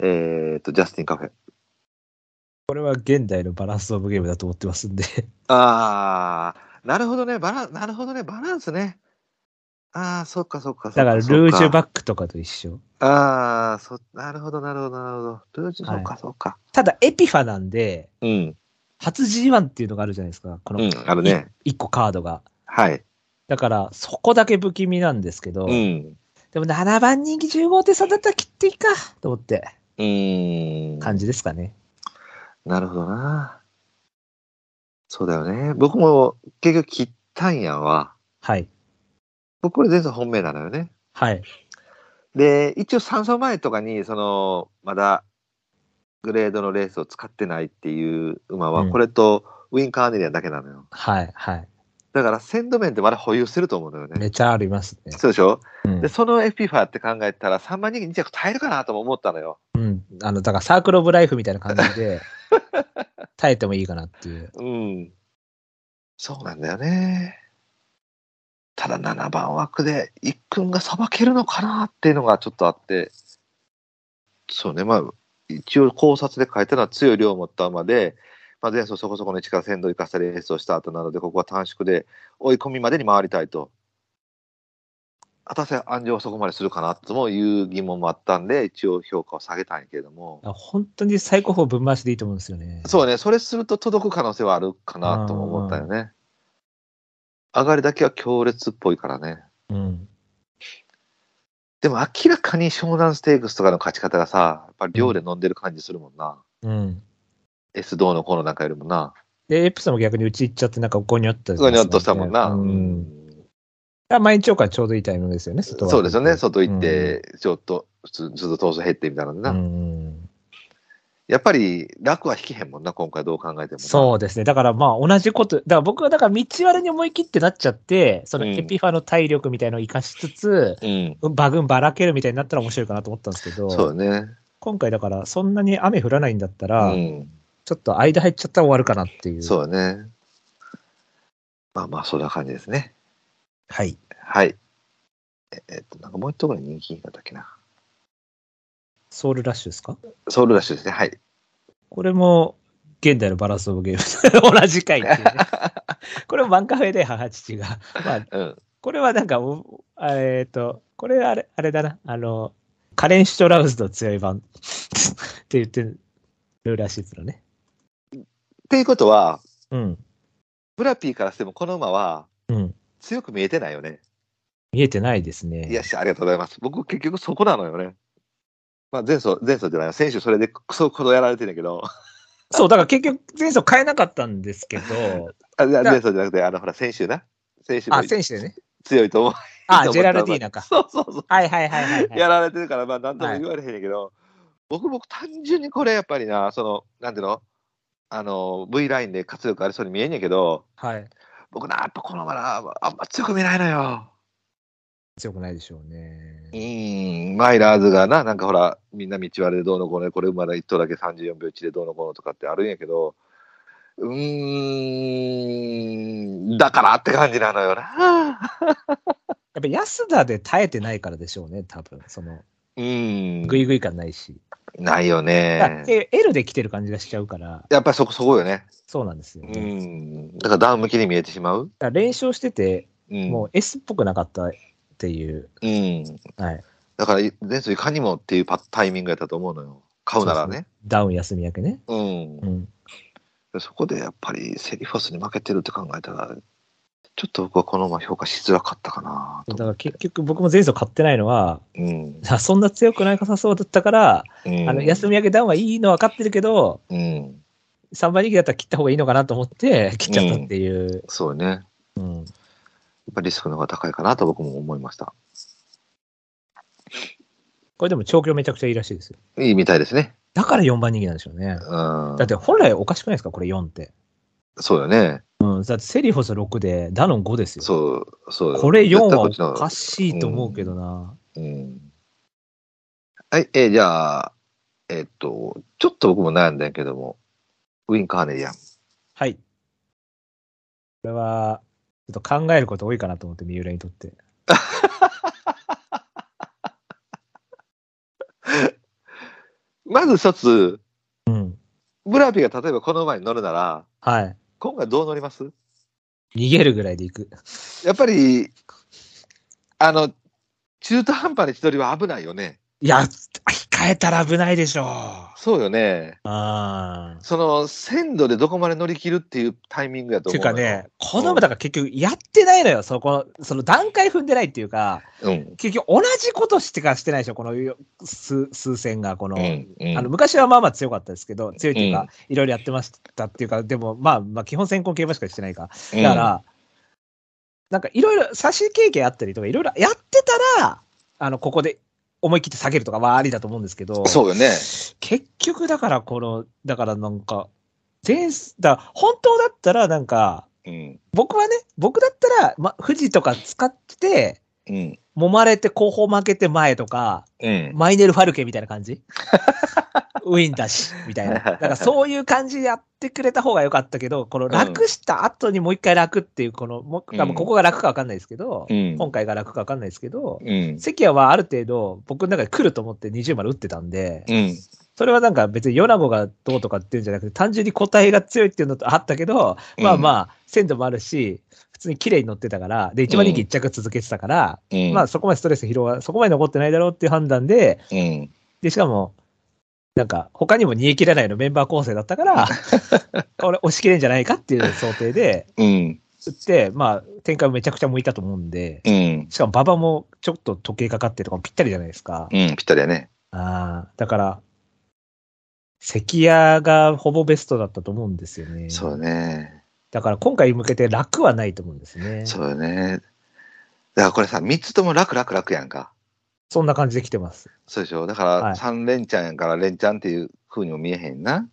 B: えー、っと、ジャスティンカフェ。
A: これは現代のバランスオブゲームだと思ってます んで。
B: ああ、なるほどね、バラン、なるほどね、バランスね。ああ、そっかそっかそっか。
A: だから、ルージュ
B: バ
A: バックとかと一緒。
B: ああ、そ、なるほど、なるほど、なるほど。ルージュ、
A: はい
B: そっかそっか。
A: ただ、エピファなんで、
B: うん、
A: 初 G1 っていうのがあるじゃないですか。こ
B: う
A: の
B: ん、あるね。
A: 1個カードが。
B: はい。
A: だから、そこだけ不気味なんですけど、
B: うん。
A: でも7番人気15.3だったら切っていいかと思って、
B: うーん。
A: 感じですかね。
B: なるほどな。そうだよね。僕も結局切ったんやわ。
A: はい。
B: 僕これ全然本命なのよね。
A: はい。
B: で、一応3走前とかに、その、まだ、グレードのレースを使ってないっていう馬
A: う
B: は、
A: ん
B: これとウィン・カーネリアだけなのよ。
A: はい。はい。
B: だから、鮮度面ってまだ保有してると思うのよね。
A: めちゃありますね。
B: そうでしょ、
A: うん
B: で、。そのエピファーって考えたら、3番人気2着耐えるかなとも思ったのよ。
A: うん。あの、だから、サークルオブライフみたいな感じ で、耐えてもいいかなっていう。
B: うん。そうなんだよね。ただ、7番枠で、一君がさばけるのかなっていうのがちょっとあって、そうね、まあ、一応考察で書いたのは強い量を持った馬で、まあ、前走そこそこの位置から鮮度を生かしたレースをした後なので、ここは短縮で追い込みまでに回りたいと。果たせ安城はそこまでするかなともいう疑問もあったんで、一応評価を下げたんやけれども、
A: あ本当に最高峰分回しでいいと思うんですよね。
B: そうね、それすると届く可能性はあるかなとも思ったよね。上がりだけは強烈っぽいからね。
A: うん。
B: でも明らかに湘南ステークスとかの勝ち方がさ、やっぱり量で飲んでる感じするもんな。
A: うん。
B: S 道の子の中よりもな。
A: で、エプソも逆にうち行っちゃって、なんかゴニョっと、
B: すごいニョッとしたもんな。
A: う
B: うん
A: ん。だから毎日かちょうどいいタイミングですよね、外は
B: そうですよね、外行って、ちょっと、普通ちょっと闘争減ってみたいなので
A: う
B: な。
A: ん。うん
B: やっぱり楽は引けへんもんな、今回どう考えてもな。
A: そうですね。だからまあ同じこと。だから僕はだから道割れに思い切ってなっちゃって、そのエピファの体力みたいのを生かしつつ、
B: うん。
A: バグンばらけるみたいになったら面白いかなと思ったんですけど、
B: そうだね。
A: 今回だからそんなに雨降らないんだった
B: う
A: ら、
B: ん。
A: ちょっと間入っちゃったら終わるかなっていう。
B: そうだね。まあまあ、そんな感じですね。
A: はい。
B: はい。ええっと、なんかもう一頭ぐらい人気だったっけな。
A: ソウルラッシュですか
B: ソウルラッシュですね。はい。
A: これも、現代のバランスオブゲーム。 同じ回っていうね。これもマンカフェで母父が。まあ、
B: うん。
A: これはなんかお、あえっ、と、これあれ、あれだな。あの、カレン・シュトラウスの強い版 って言ってるらしいですよね。
B: っていうことは、
A: うん。
B: ブラピーからしてもこの馬は
A: うん。
B: 強く見えてないよね。
A: 見えてないですね。
B: いや、しありがとうございます。僕結局そこなのよね。まあ、前走、前走じゃない。選手それでクソほどやられてるけど、
A: そう、だから結局、前走変えなかったんです けど、
B: あいや
A: だ
B: 前走じゃなくて、あの、ほら、選手な。選手も
A: あ、選手でね。
B: 強いと思う。
A: あ、ジェラルディーナか。
B: そうそうそう。
A: はいはいはいはい、はい。
B: やられてるから、まあ、なんとも言われへんやけど、僕、僕、単純にこれ、やっぱりな、その、なんていうのあの、V ラインで活力ありそうに見えんやけど、
A: はい。
B: 僕な、やっぱこの馬な、あんま強く見ないのよ。
A: 強くないでしょうね
B: う。ーん、マイラーズがな、なんかほら、みんな道割れでどうのこうの、これ馬だ、1頭だけ34秒1でどうのこうのとかってあるんやけど、うーん、だからって感じなのよな。
A: やっぱ安田で耐えてないからでしょうね、多分。その、
B: うん。
A: グイグイ感ないし。
B: ないよね。
A: え L で来てる感じがしちゃうから、
B: やっぱりそこそこよね。
A: そうなんですよ、
B: う
A: ね。だ
B: ん。だからダウン向きに見えてしまう。
A: から連勝してて、
B: うん。
A: もう S っぽくなかったっていう。
B: うん。
A: はい。
B: だから、前走いかにもっていうパタイミングやったと思うのよ。買うならね。
A: ダウン休み明けね。
B: うん
A: う。ん。
B: そこでやっぱりセリファスに負けてるって考えたら、ちょっと僕はこの馬評価しづらかったかな
A: だ
B: と
A: か
B: 思
A: ら
B: って。
A: 結局僕も前走買ってないのは、
B: うん。
A: あそんな強くないかさそうだったから、
B: うん
A: あの、休み明けダウンはいいの分かってるけど、
B: うん。
A: 3倍人気だったら切った方がいいのかなと思って、切っちゃったっていう。
B: そうね。やっ
A: うん。
B: ぱリスクの方が高いかなと僕も思いました。
A: これでも調教めちゃくちゃいいらしいですよ。
B: いいみたいですね。
A: だから4番人気なんでしょうね
B: う。ん
A: だっ。て本来おかしくないですかこれ4って。
B: そうよね。
A: うん。だってセリフォス6で、ダノン5ですよ。
B: そう、そう。
A: これ4
B: 絶対
A: は
B: こっ
A: お
B: ちの
A: かしいと思うけどな。
B: うん。はい、えーじゃあ、えっと、ちょっと僕も悩んだんやけども、ウィンカーネリアン。
A: はい。これは、ちょっと考えること多いかなと思って、三浦にとって。
B: まず一つ、
A: うん。
B: ブラピが例えばこの馬に乗るなら、
A: はい。
B: 今回どう乗ります
A: 逃げるぐらいでいく。
B: やっぱり、あの、中途半端な千りは危ないよね。
A: いや、控えたら危ないでしょう。あ
B: そうよね。
A: あ。
B: その、鮮度でどこまで乗り切るっていうタイミングやと
A: てい
B: 思
A: う
B: う
A: か
B: のよ。
A: ね、この馬だから結局やってないのよ。そこの、その段階踏んでないっていうか、
B: うん。
A: 結局同じことしてかしてないでしょ。このよ数数戦が、この。
B: うん。うん。
A: あの昔はまあまあ強かったですけど、強いという
B: うん
A: か、いろいろやってましたっていうか、でもまあ、まあ、基本先行競馬しかしてないから、
B: うん、
A: だから、なんかいろいろ差し経験あったりとか、いろいろやってたら、あの、ここで思い切って下げるとかはありだと思うんですけど、
B: そうよね。
A: 結局だからこの、だからなんか、前、だから本当だったらなんか、
B: うん。
A: 僕はね、僕だったら、ま、富士とか使って、
B: うん。
A: 揉まれて後方負けて前とか、
B: うん。
A: マイネル・ファルケみたいな感 じウィンだし、みたいな。だからそういう感じでやってくれた方が良かったけど、この楽した後にもう一回楽っていう、この、もう多分ここが楽か分かんないですけど、
B: うん。
A: 今回が楽か分かんないですけど、
B: うん。
A: 関谷はある程度僕の中で来ると思って20丸打ってたんで、
B: うん。
A: それはなんか別に米子がどうとかっていうんじゃなくて、単純に個体が強いっていうのとあったけど、まあまあ、鮮度もあるし、普通に綺麗に乗ってたから、で、一番人気一着続けてたから、
B: うん。
A: まあそこまでストレス疲労はそこまで残ってないだろうっていう判断で、
B: うん。
A: で、しかも、なんか、他にも逃げ切らないのメンバー構成だった から、これ押し切れんじゃないかっていう想定で、
B: うん。
A: 打って、まあ、展開もめちゃくちゃ向いたと思うんで、
B: うん。
A: しかも馬場もちょっと時計かかってとかもぴったりじゃないですか。
B: うん。ぴったりやね。
A: ああ、だから、関谷がほぼベストだったと思うんですよね。
B: そうね。
A: だから今回に向けて楽はないと思うんですね。そ
B: そうよね。だからこれさ、3つとも楽楽楽やんか。
A: んな感じで来てます。
B: そうでしょ。だか
A: は
B: ら
A: い
B: 3連チャンやから連チャンっていう風にも見えへんな。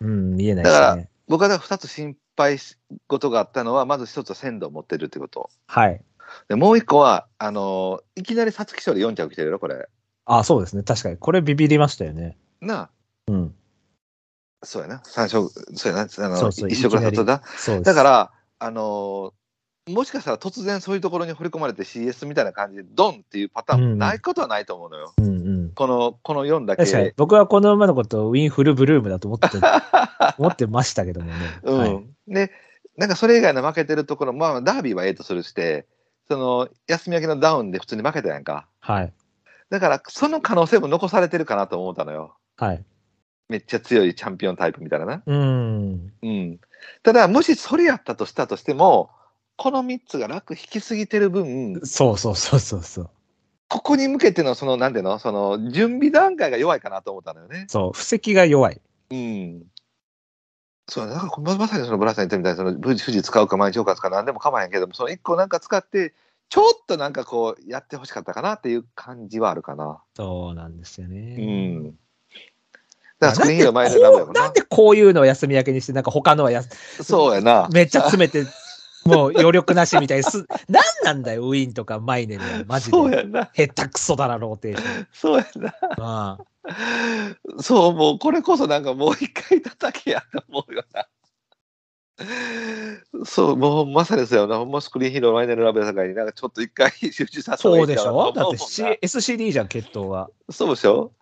A: うん、見えない
B: だ
A: です
B: か
A: ね。
B: 僕はだから2つ心配し事があったのは、まず1つは鮮度を持ってるってこと。
A: はい。
B: で、もう1個は、あのーいきなり皐月賞で4着来てるよ、これ。
A: ああ、そうですね。確かに。これビビりましたよね。
B: なあ。
A: うん。
B: そうやな。三色、そうやな。あの、
A: そうそう
B: 一色
A: いきな
B: ら
A: り
B: 外だ。
A: そうです。
B: だから、あのーもしかしたら突然そういうところに掘り込まれて CS みたいな感じでドンっていうパターンもないことはないと思うのよ。
A: うんうん。
B: この、この4だけ。
A: 確かに、僕はこの馬のことをウィンフルブルームだと思って、 思ってましたけどもね。
B: うん、
A: はい
B: で、なんかそれ以外の負けてるところ、まあ、ダービーはええとするして、その休み明けのダウンで普通に負けたやんか。
A: はい。
B: だから、その可能性も残されてるかなと思ったのよ。
A: はい。
B: めっちゃ強いチャンピオンタイプみたいなな。
A: うん。
B: うん。ただ、もしそれやったとしたとしても、この3つが楽引きすぎてる分、
A: そうそうそうそうそう。
B: ここに向けての、その、なんていうの、その、準備段階が弱いかなと思ったのよね。
A: そう、布石が弱い。
B: うん。そうだ、なんかままさにそのブラスさん言ったみたいに、その富士富士使うか、マイチョーカー使うか、なんでも構わへんけども、その一個なんか使って、ちょっとなんかこう、やってほしかったかなっていう感じはあるかな。
A: そうなんですよ
B: う
A: ね。
B: ん。だからスクリーンの
A: な
B: 前
A: ん
B: で
A: で
B: ダメや
A: こ
B: も
A: うんな。
B: なん
A: でこういうのを休み明けにして、なんか他のはや
B: そうやな。
A: めっちゃ詰めて、もう余力なしみたいにす。なんなんだよ、ウィンとかマイネルは、マジ
B: そう
A: で。
B: やな。
A: 下手くそだな、ローテーション。
B: そうやな。
A: ああ
B: そう、もうこれこそなんかもう一回叩けやと思うよな。そう、もうまさにそうやな。ほんまスクリーンヒーローのマイネルラベルさんになんかちょっと一回集中させた
A: そ
B: 方がいういん
A: で
B: ち
A: し
B: ゃうかな
A: ょ
B: と
A: だ
B: 思
A: っ
B: うもん
A: て、
B: な
A: C、SCD じゃん、決闘は。
B: そうでしょ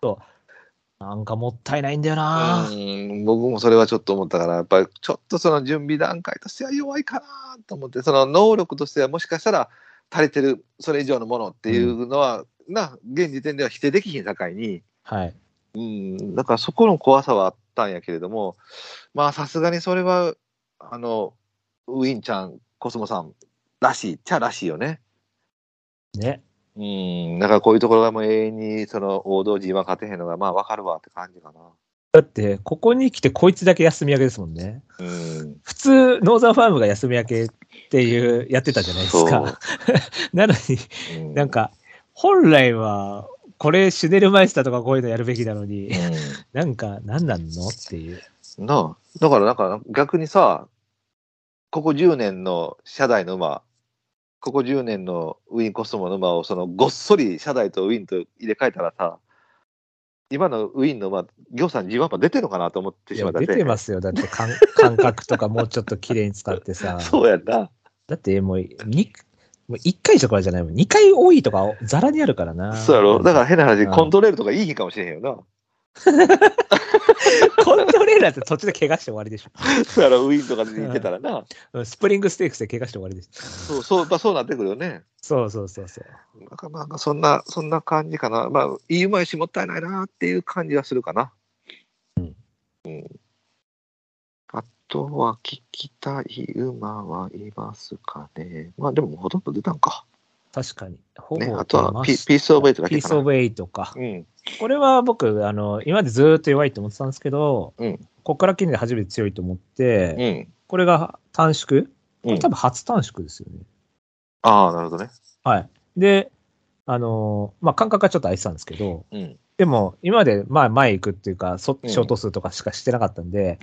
A: なんかもったいないんだよ
B: う
A: な、
B: ん、僕もそれはちょっと思ったから、やっぱりちょっとその準備段階としては弱いかなと思って、その能力としてはもしかしたら足りてる、それ以上のものっていうのは、な、現時点では否定できひん境に、
A: はい。
B: うん、だからそこの怖さはあったんやけれども、まあさすがにそれは、あの、ウィンちゃん、コスモさんらしいっちゃらしいよね。
A: ね。
B: うん、だからこういうところがもう永遠にその王道 G1 勝てへんのが、まあわかるわって感じかな。
A: だって、ここに来てこいつだけ休み明けですもんね。
B: うん。
A: 普通、ノーザンファームが休み明けっていう、やってたじゃないですか。なのに、
B: そう。う
A: なん、か、本来は、これ、シュネルマイスターとかこういうのやるべきなのに、
B: うん
A: なんか、なんなんのっていう。
B: なあ。だからなんか逆にさ、ここ10年の社代の馬、ここ10年のウィンコスモの馬をそのごっそり社代とウィンと入れ替えたらさ、今のウィンの馬、行さん G1 馬出てるのかなと思って
A: い
B: し
A: や
B: まった
A: 出てますよ。だって 感、感覚とかもうちょっと綺麗に使ってさ。
B: そうやんな。
A: だって、もう、にもう1回とかじゃないもん。2回多いとか、ざらにあるからな。
B: そうやろ。だから変な話、
A: うん
B: コントレールとかいい日かもしれへ んよ
A: コントレーラーって途中で怪我して終わりでしょ
B: な。そうやろ、ウィンとかで行ってたらな。
A: うん。スプリングステークスで怪我して終わりでしょ
B: そう、そう、まあ、そうなってくるよね。
A: そうそうそうそう。
B: なんかまあ、そんな、そんな感じかな。まあ、いい馬やし、もったいないなっていう感じはするかな。うん。あとは、聞きたい馬はいますかね。まあ、でも、ほとんど出たんか。
A: 確かに。ほ
B: ね、
A: ぼ
B: あとはピ、ピー
A: ス
B: スオブエイトだ
A: ピ
B: け
A: ー
B: か
A: スオ
B: な。
A: ブエイトか。
B: うん。
A: これは僕、あの、今までずーっと弱いと思ってたんですけど、
B: うん
A: ここから近年初めて強いと思っ
B: う
A: て、
B: ん。
A: これが短縮こ
B: うん
A: れ多分初短縮ですよね。
B: ああ、なるほどね。
A: はい。で、あのーまあ、感覚がちょっと空いてたんですけど、
B: うん。
A: でも、今まで、まあ、前行くっていうか、そ
B: うん
A: ショート数とかしかしてなかったんで、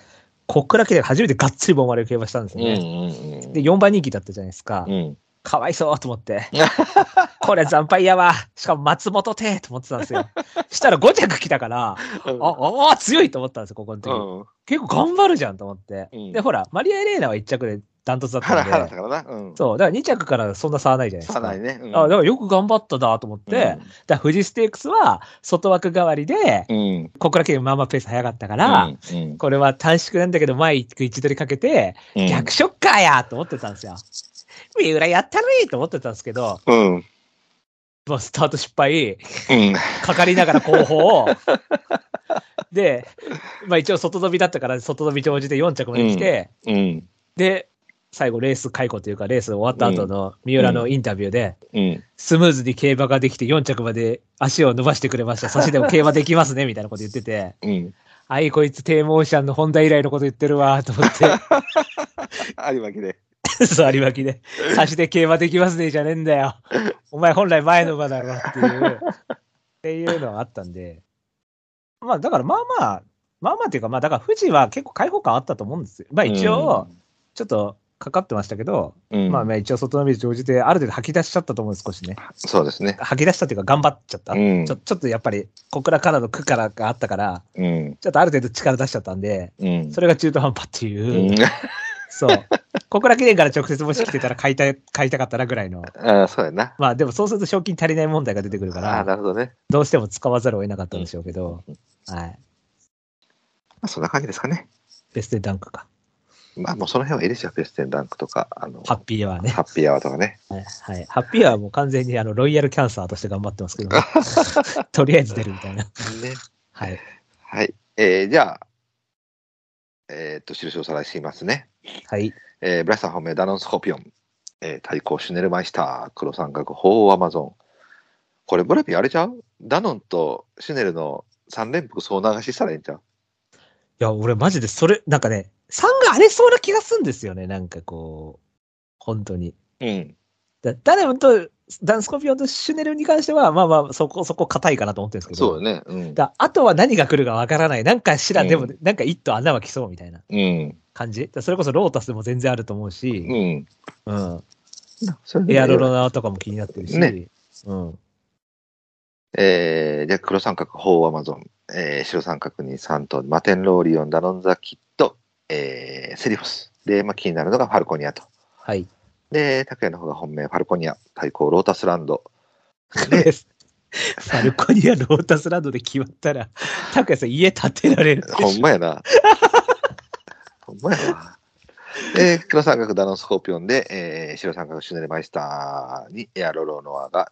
A: こっから来て初めてがっつりボンマレを競馬したんです
B: う
A: よ
B: ん
A: ね。
B: うん
A: で、4番人気だったじゃないですか。
B: うん。うん。
A: かわいそうと思 って。これ惨敗やわ。しかも松本手と思ってたんです よ。したら5着来たから、あ、ああ、強いと思ったんですよ、ここの時。
B: うん。
A: 結構頑張るじゃんと思って。
B: うん
A: で、ほら、マリア・エレーナは1着でダントツだっ
B: ハラ
A: たんで。
B: ハラだからな。うん。
A: そう、だから2着からそんな差はないじゃないです
B: さ
A: か。
B: ないね。うん
A: あだからよく頑張ったなと思って、だか、ら富士ステークスは外枠代わりで、
B: うん。うん
A: ここからまあまあペース早かったから、
B: うん
A: これは短縮なんだけど前行く位置取りかけて、
B: うん
A: 逆ショッカーやと思ってたんですよ。三浦やったねと思ってたんですけど、
B: うん。うん。
A: もうスタート失敗、かかりながら後方 を。で、まあ一応外飛びだったから、外飛び乗じて4着まで来て、
B: うん。
A: で、最後レース解雇というか、レース終わった後の三浦のインタビューで、
B: うん。
A: スムーズに競馬ができて4着まで足を伸ばしてくれました。差しでも競馬できますね、みたいなこと言って て、
B: うん。
A: あい、こいつテーモーシャンの本田以来のこと言ってるわ、と思っ
B: あるわけで。
A: て、そう、有巻で、差しで競馬できますね、じゃねえんだ よ。お前本来前の馬だろ、っていう、っていうのがあったんで、まあだからまあまあ、まあまあっていうか、まあだから富士は結構開放感あったと思うんですよ。まあ一応、ちょっとかかってましたけど、
B: うん、
A: まあまあ一応外の道乗じて、ある程度吐き出しちゃったと思うんです、少しね。
B: そうですね。
A: 吐き出したというか頑張っちゃった。
B: うん
A: ちょちょっとやっぱり小倉からの区からがあったから、
B: うん。
A: ちょっとある程度力出しちゃったんで、
B: うん。
A: それが中途半端っていう、
B: うん、
A: そう。小倉記念から直接もし来てたら買い たい買いたかったなぐらいの。
B: ああ、そうやな。
A: まあでもそうすると賞金足りない問題が出てくるか
B: ああ、
A: ら、
B: なるほどね。
A: どうしても使わざるを得なかったんでしょうけど、はい。
B: まあ、そんな感じですかね。
A: ベストダンクか。
B: まあ、もうその辺はいいですよ。ベステンダンクとか、あの、
A: ハッピーアワーね。
B: ハッピーアワーとかね。
A: はい。はい、ハッピーアワーも完全にあのロイヤルキャンサーとして頑張ってますけ ど、とりあえず出るみたいな。
B: ね。
A: はい。
B: はい。えー、じゃあ、えーっと、印をおさらいしていますね。
A: はい。
B: えー、ブラスター本命ダノンスコーピオン、えー、対抗シュネルマイスター、黒三角、鳳凰アマゾン。これ、ブラピあれちゃうダノンとシュネルの三連複総流ししたらええんちゃう
A: いや、俺マジでそれ、なんかね、3が荒れそうな気がするんですよね、なんかこう、本当に。
B: うん。
A: だダネムとダンスコピオンとシュネルに関しては、まあまあ、そこそこ硬いかなと思ってるんですけど。
B: そうよね。うん。
A: だあとは何が来るかわからない。なんかしら、
B: うん
A: でも、なんか一頭穴は来そうみたいな
B: うん。
A: 感じ。だそれこそロータスでも全然あると思うし、
B: うん。
A: うん。
B: それで
A: エアロロナとかも気になってるし、
B: ね
A: うん。
B: えー、じゃあ黒三角、鳳凰アマゾン、えー、白三角に3頭、マテンローリオン、ダノンザキッド、えー、セリフォス。で、まあ、気になるのがファルコニアと。
A: はい。
B: で、拓也の方が本命、ファルコニア、対抗、ロータスランド。
A: で
B: で、
A: ファルコニアロータスランドで決まったら、拓也さん家建てられるでしょ。
B: ほんまや な。ほんまやな。えー黒三角ダノンスコーピオンで、えー白三角シュネルマイスターにエアロロノアが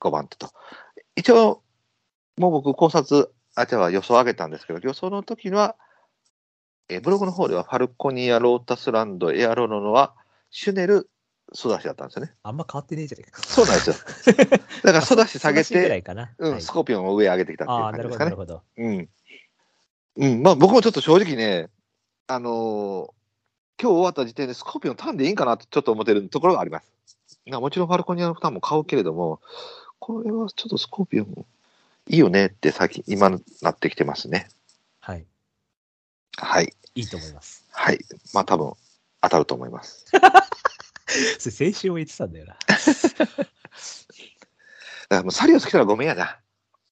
B: 5番手と。一応、もう僕考察、あ、じゃあ予想上げたんですけど、予想の時は、えーブログの方ではファルコニア、ロータスランド、エアロロノア、シュネル、ソダシだったんですよね。
A: あんま変わってねえじゃねえか。
B: そうなんですよ。だからソダシ下げ
A: ぐら
B: て、
A: いかな。
B: う
A: は
B: ん、
A: い
B: スコーピオンを上上げてきたっていう
A: ああ、
B: 感
A: な
B: じ
A: る
B: で
A: ほ
B: す
A: ど、
B: か
A: なる。ほ
B: ね
A: ど。
B: うん。うん、まあ僕もちょっと正直ね、あのー今日終わった時点でスコーピオンターンでいいんかなってちょっと思ってるところがあります。なもちろんファルコニアのターンも買うけれども、これはちょっとスコーピオンいいよねって最近、今なってきてますね。
A: はい。
B: はい。
A: いいと思います。
B: はい。まあ多分当たると思います。
A: それ先週も言ってたんだよな。
B: だからもうサリオス来たらごめんやな。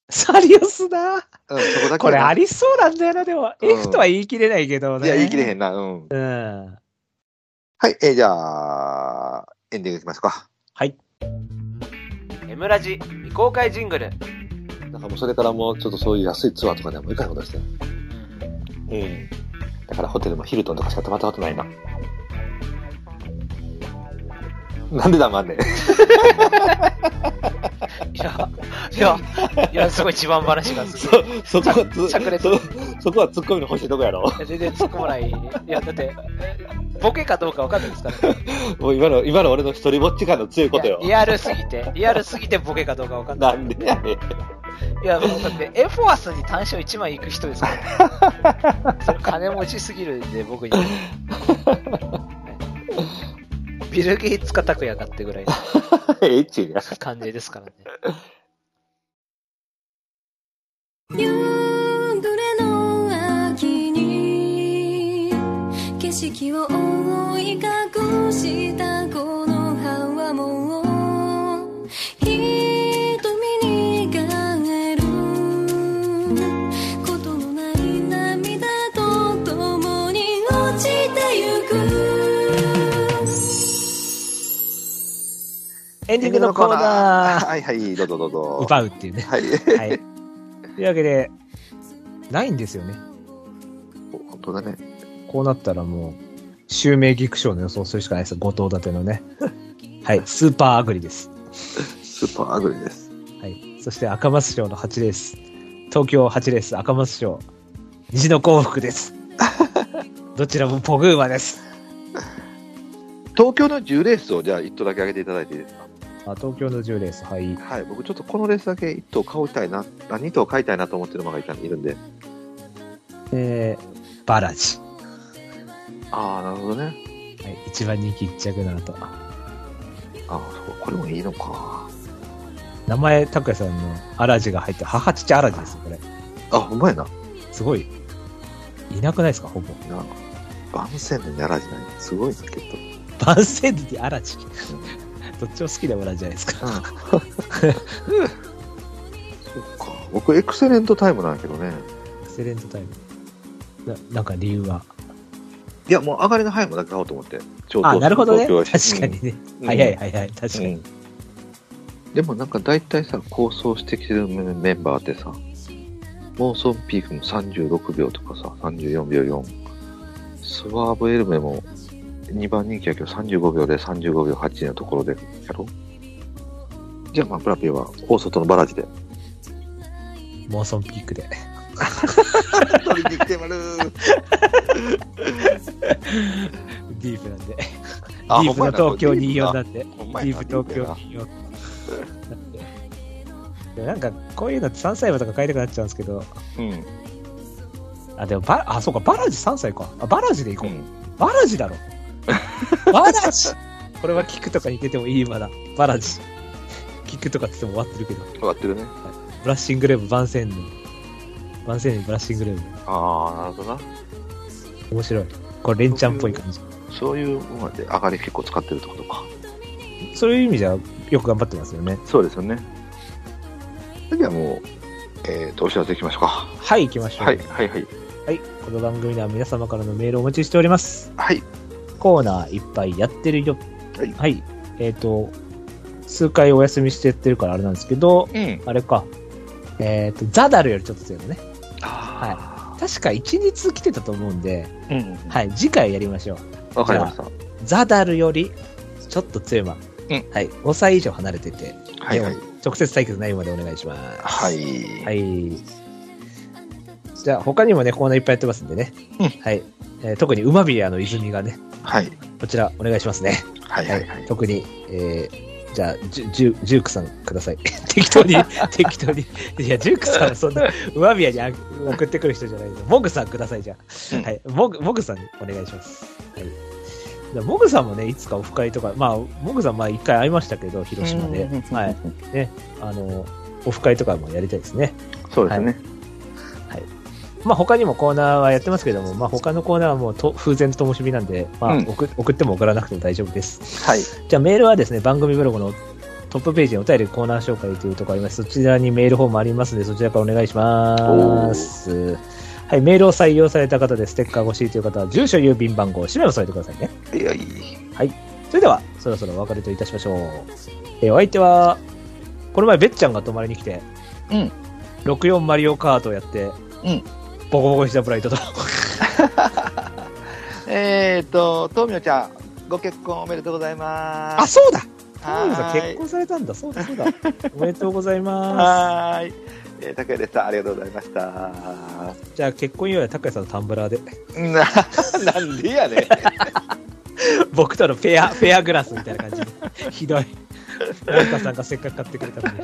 A: サリオスだ。
B: うん、そこだけはな
A: これありそうなんだよな、でも。
B: うん
A: F とは言い切れないけど
B: い
A: ね。
B: や、言い切れへ
A: ん。
B: んな。うん。
A: うん。
B: はい。えーじゃあ、エンディングいきますか。
A: はい。
C: エムラジ未公開ジングル
B: なんかもうそれからもうちょっとそういう安いツアーとかでも行かないことですね。うん。だからホテルもヒルトンとかしか泊まったことないな。なんで黙んねん。
C: いやいやいやすごい自慢話がすごい
B: そこはつ
C: 着レ
B: そ、そこはツッコミの欲しいとこやろ。
C: いや全然突っ込まないいやだってボケかどうかわかんないですから
B: もう今の、今の俺の一人ぼっち感の強いことよ
C: い。やリアルすぎて、リアルすぎてボケかどうかわかんない。
B: なんでやねん。
C: いや、もうだって、エフォアスに単勝1枚行く人ですから。それ金持ちすぎるんで、僕 には。ビル・ゲイツか拓也かってぐらいの
B: エッチや。
C: 感じですからね。
D: 夕暮れの秋に景色を覆い隠したこの葉はもう瞳に変えることのない涙と共に落ちてゆく
A: エンディングのコーナー。
B: はいはい、どうぞどうぞ。
A: 奪うっていうね。
B: はい。
A: はい。というわけで、ないんですよね。
B: 本当だね。
A: こうなったらもう、襲名ギクションの予想するしかないです。五島立ての ね。はい。スーパーアグリです。
B: スーパーアグリです。
A: はい。そして赤松賞の8レース。東京8レース赤松賞。虹の幸福 です。どちらもポグーマです。
B: 東京の10レースをじゃあ1頭だけ上げていただいていいですか
A: あ東京の10レース、はい。
B: はい、僕ちょっとこのレースだけ1頭買いたいな、あ2頭買いたいなと思ってる馬がいたいるんで。
A: えー、バラジ。
B: ああ、なるほどね。
A: はい。一番人気1着なのと。
B: ああ、そう、これもいいのか。
A: 名前、拓也さんのアラジが入って、母父アラジですよ、これ。
B: あ、ほんまやな。
A: すごい。いなくないですか、ほぼ。
B: な番宣でやらじない。すごいな、きっと。
A: 番宣でアラジ。どっちも好きでもらうじゃないですか。
B: そっか。僕、エクセレントタイムなんやけどね。
A: エクセレントタイム。ななんか理由は。
B: いや、もう上がりの早いもんだけ買おうと思って。超
A: あ、なるほどね。確
B: 東
A: か
B: 京
A: にね。
B: うん
A: 早い早い。確か
B: う
A: に。
B: んでもなんか大体さ、構想してきてるメンバーってさ、モーソンピークも36秒とかさ、34秒4。スワーブエルメも2番人気やけど35秒で35秒8のところでやろじゃあまあ、ブラピーは大外のバラ ジで。
A: モーソンピークで。
B: 取りに来てまる
A: ディープなんで。デ
B: あ
A: ィープの東京
B: ほんま
A: 24
B: やな
A: なんで。デ
B: ほん
A: ィ
B: まや
A: ー
B: な
A: プ東京
B: ディー
A: 24なんで。でもなんか、こういうのって3歳馬とか買いたくなっちゃうんですけど。
B: うん。
A: あ、でもバラ、あ、そうか、バラジ3歳か。あ、バラジで行こう。
B: うん
A: バラジ だろ。バラジこれはキックとかに出てもいい馬だ。バラジ。キックとかって言っても終わってるけど。
B: 終わってるね。
A: ブラッシングレーブ番宣の。番宣にブラッシングレーブ。
B: ああ、なるほどな。
A: 面白い。これ、レンチャンっぽい感じ。
B: そういう馬で上がり結構使ってるってことか。
A: そういう意味じゃ、よく頑張ってますよね。
B: そうですよね。じゃあもう、えっ、と、お知らせいきましょうか。
A: はい、行きましょう。
B: はい、はい、はい。
A: はい。この番組では皆様からのメールをお待ちしております。
B: はい。
A: コーナーいっぱいやってるよ。
B: はい
A: えっ、と、数回お休みしてってるからあれなんですけど、
B: うん。
A: あれか。えっ、と、ザダルよりちょっと強いのね。
B: は
A: 確か1日来てたと思うんで、
B: い。うん。
A: はい、次回やりましょう。
B: わかりました。
A: ザダルよりちょっと強い馬。
B: うん
A: はい、5歳以上離れてて、
B: はいはい
A: で。も直接対決ない馬でお願いします。
B: はい。
A: はい。じゃあ、他にもね、コーナーいっぱいやってますんでね。
B: うん
A: はい。えー特に馬ビアの泉がね、
B: はい。
A: こちらお願いしますね。
B: はい。はい。はい。
A: 特に、えーじゃあ、ジュジュジュークさんください。 適当 に、適当に。いや、ジュークさんはそんな、馬ビアにあ送ってくる人じゃないです。モグさんください、じゃあ。
B: うん
A: はい。モグ、モグさんにお願いします。はい。じゃあモグさんもね、いつかオフ会とか、まあ、モグさん、まあ、一回会いましたけど、広島で。
B: うん
A: はい。ね、あの、オフ会とかもやりたいですね。
B: そうですね。
A: まあ他にもコーナーはやってますけども、まあ他のコーナーはもうと風前と灯火なんで、まあ
B: うん
A: 送送っても送らなくても大丈夫です。
B: はい。
A: じゃあメールはですね、番組ブログのトップページにお便りコーナー紹介というところあります。そちらにメールフォームありますので、そちらからお願いします。はい、メールを採用された方でステッカー欲しいという方は、住所、郵便番号、氏名を添えてくださいね。
B: いやいい。
A: それでは、そろそろお別れといたしましょう。えーお相手は、この前、べっちゃんが泊まりに来て、
B: うん
A: 64マリオカートをやって、
B: うん
A: ボコボコにしたブライトと。
B: えっと、とみおちゃん、ご結婚おめでとうございま
A: あ、
B: す。
A: そうだそうです
B: は
A: よ
B: ー
A: 結
B: い
A: 婚されたんだ。そうだ、そうだ。おめでとうございま
B: はーい。えー、竹谷でした。ありがとうございました。
A: す。じゃあ、結婚祝いは高谷さんのタンブラーで。
B: な、なんでやね
A: 僕とのフェア、フェアグラスみたいな感じで。ひどい。森田さんがせっかく買ってくれたのに。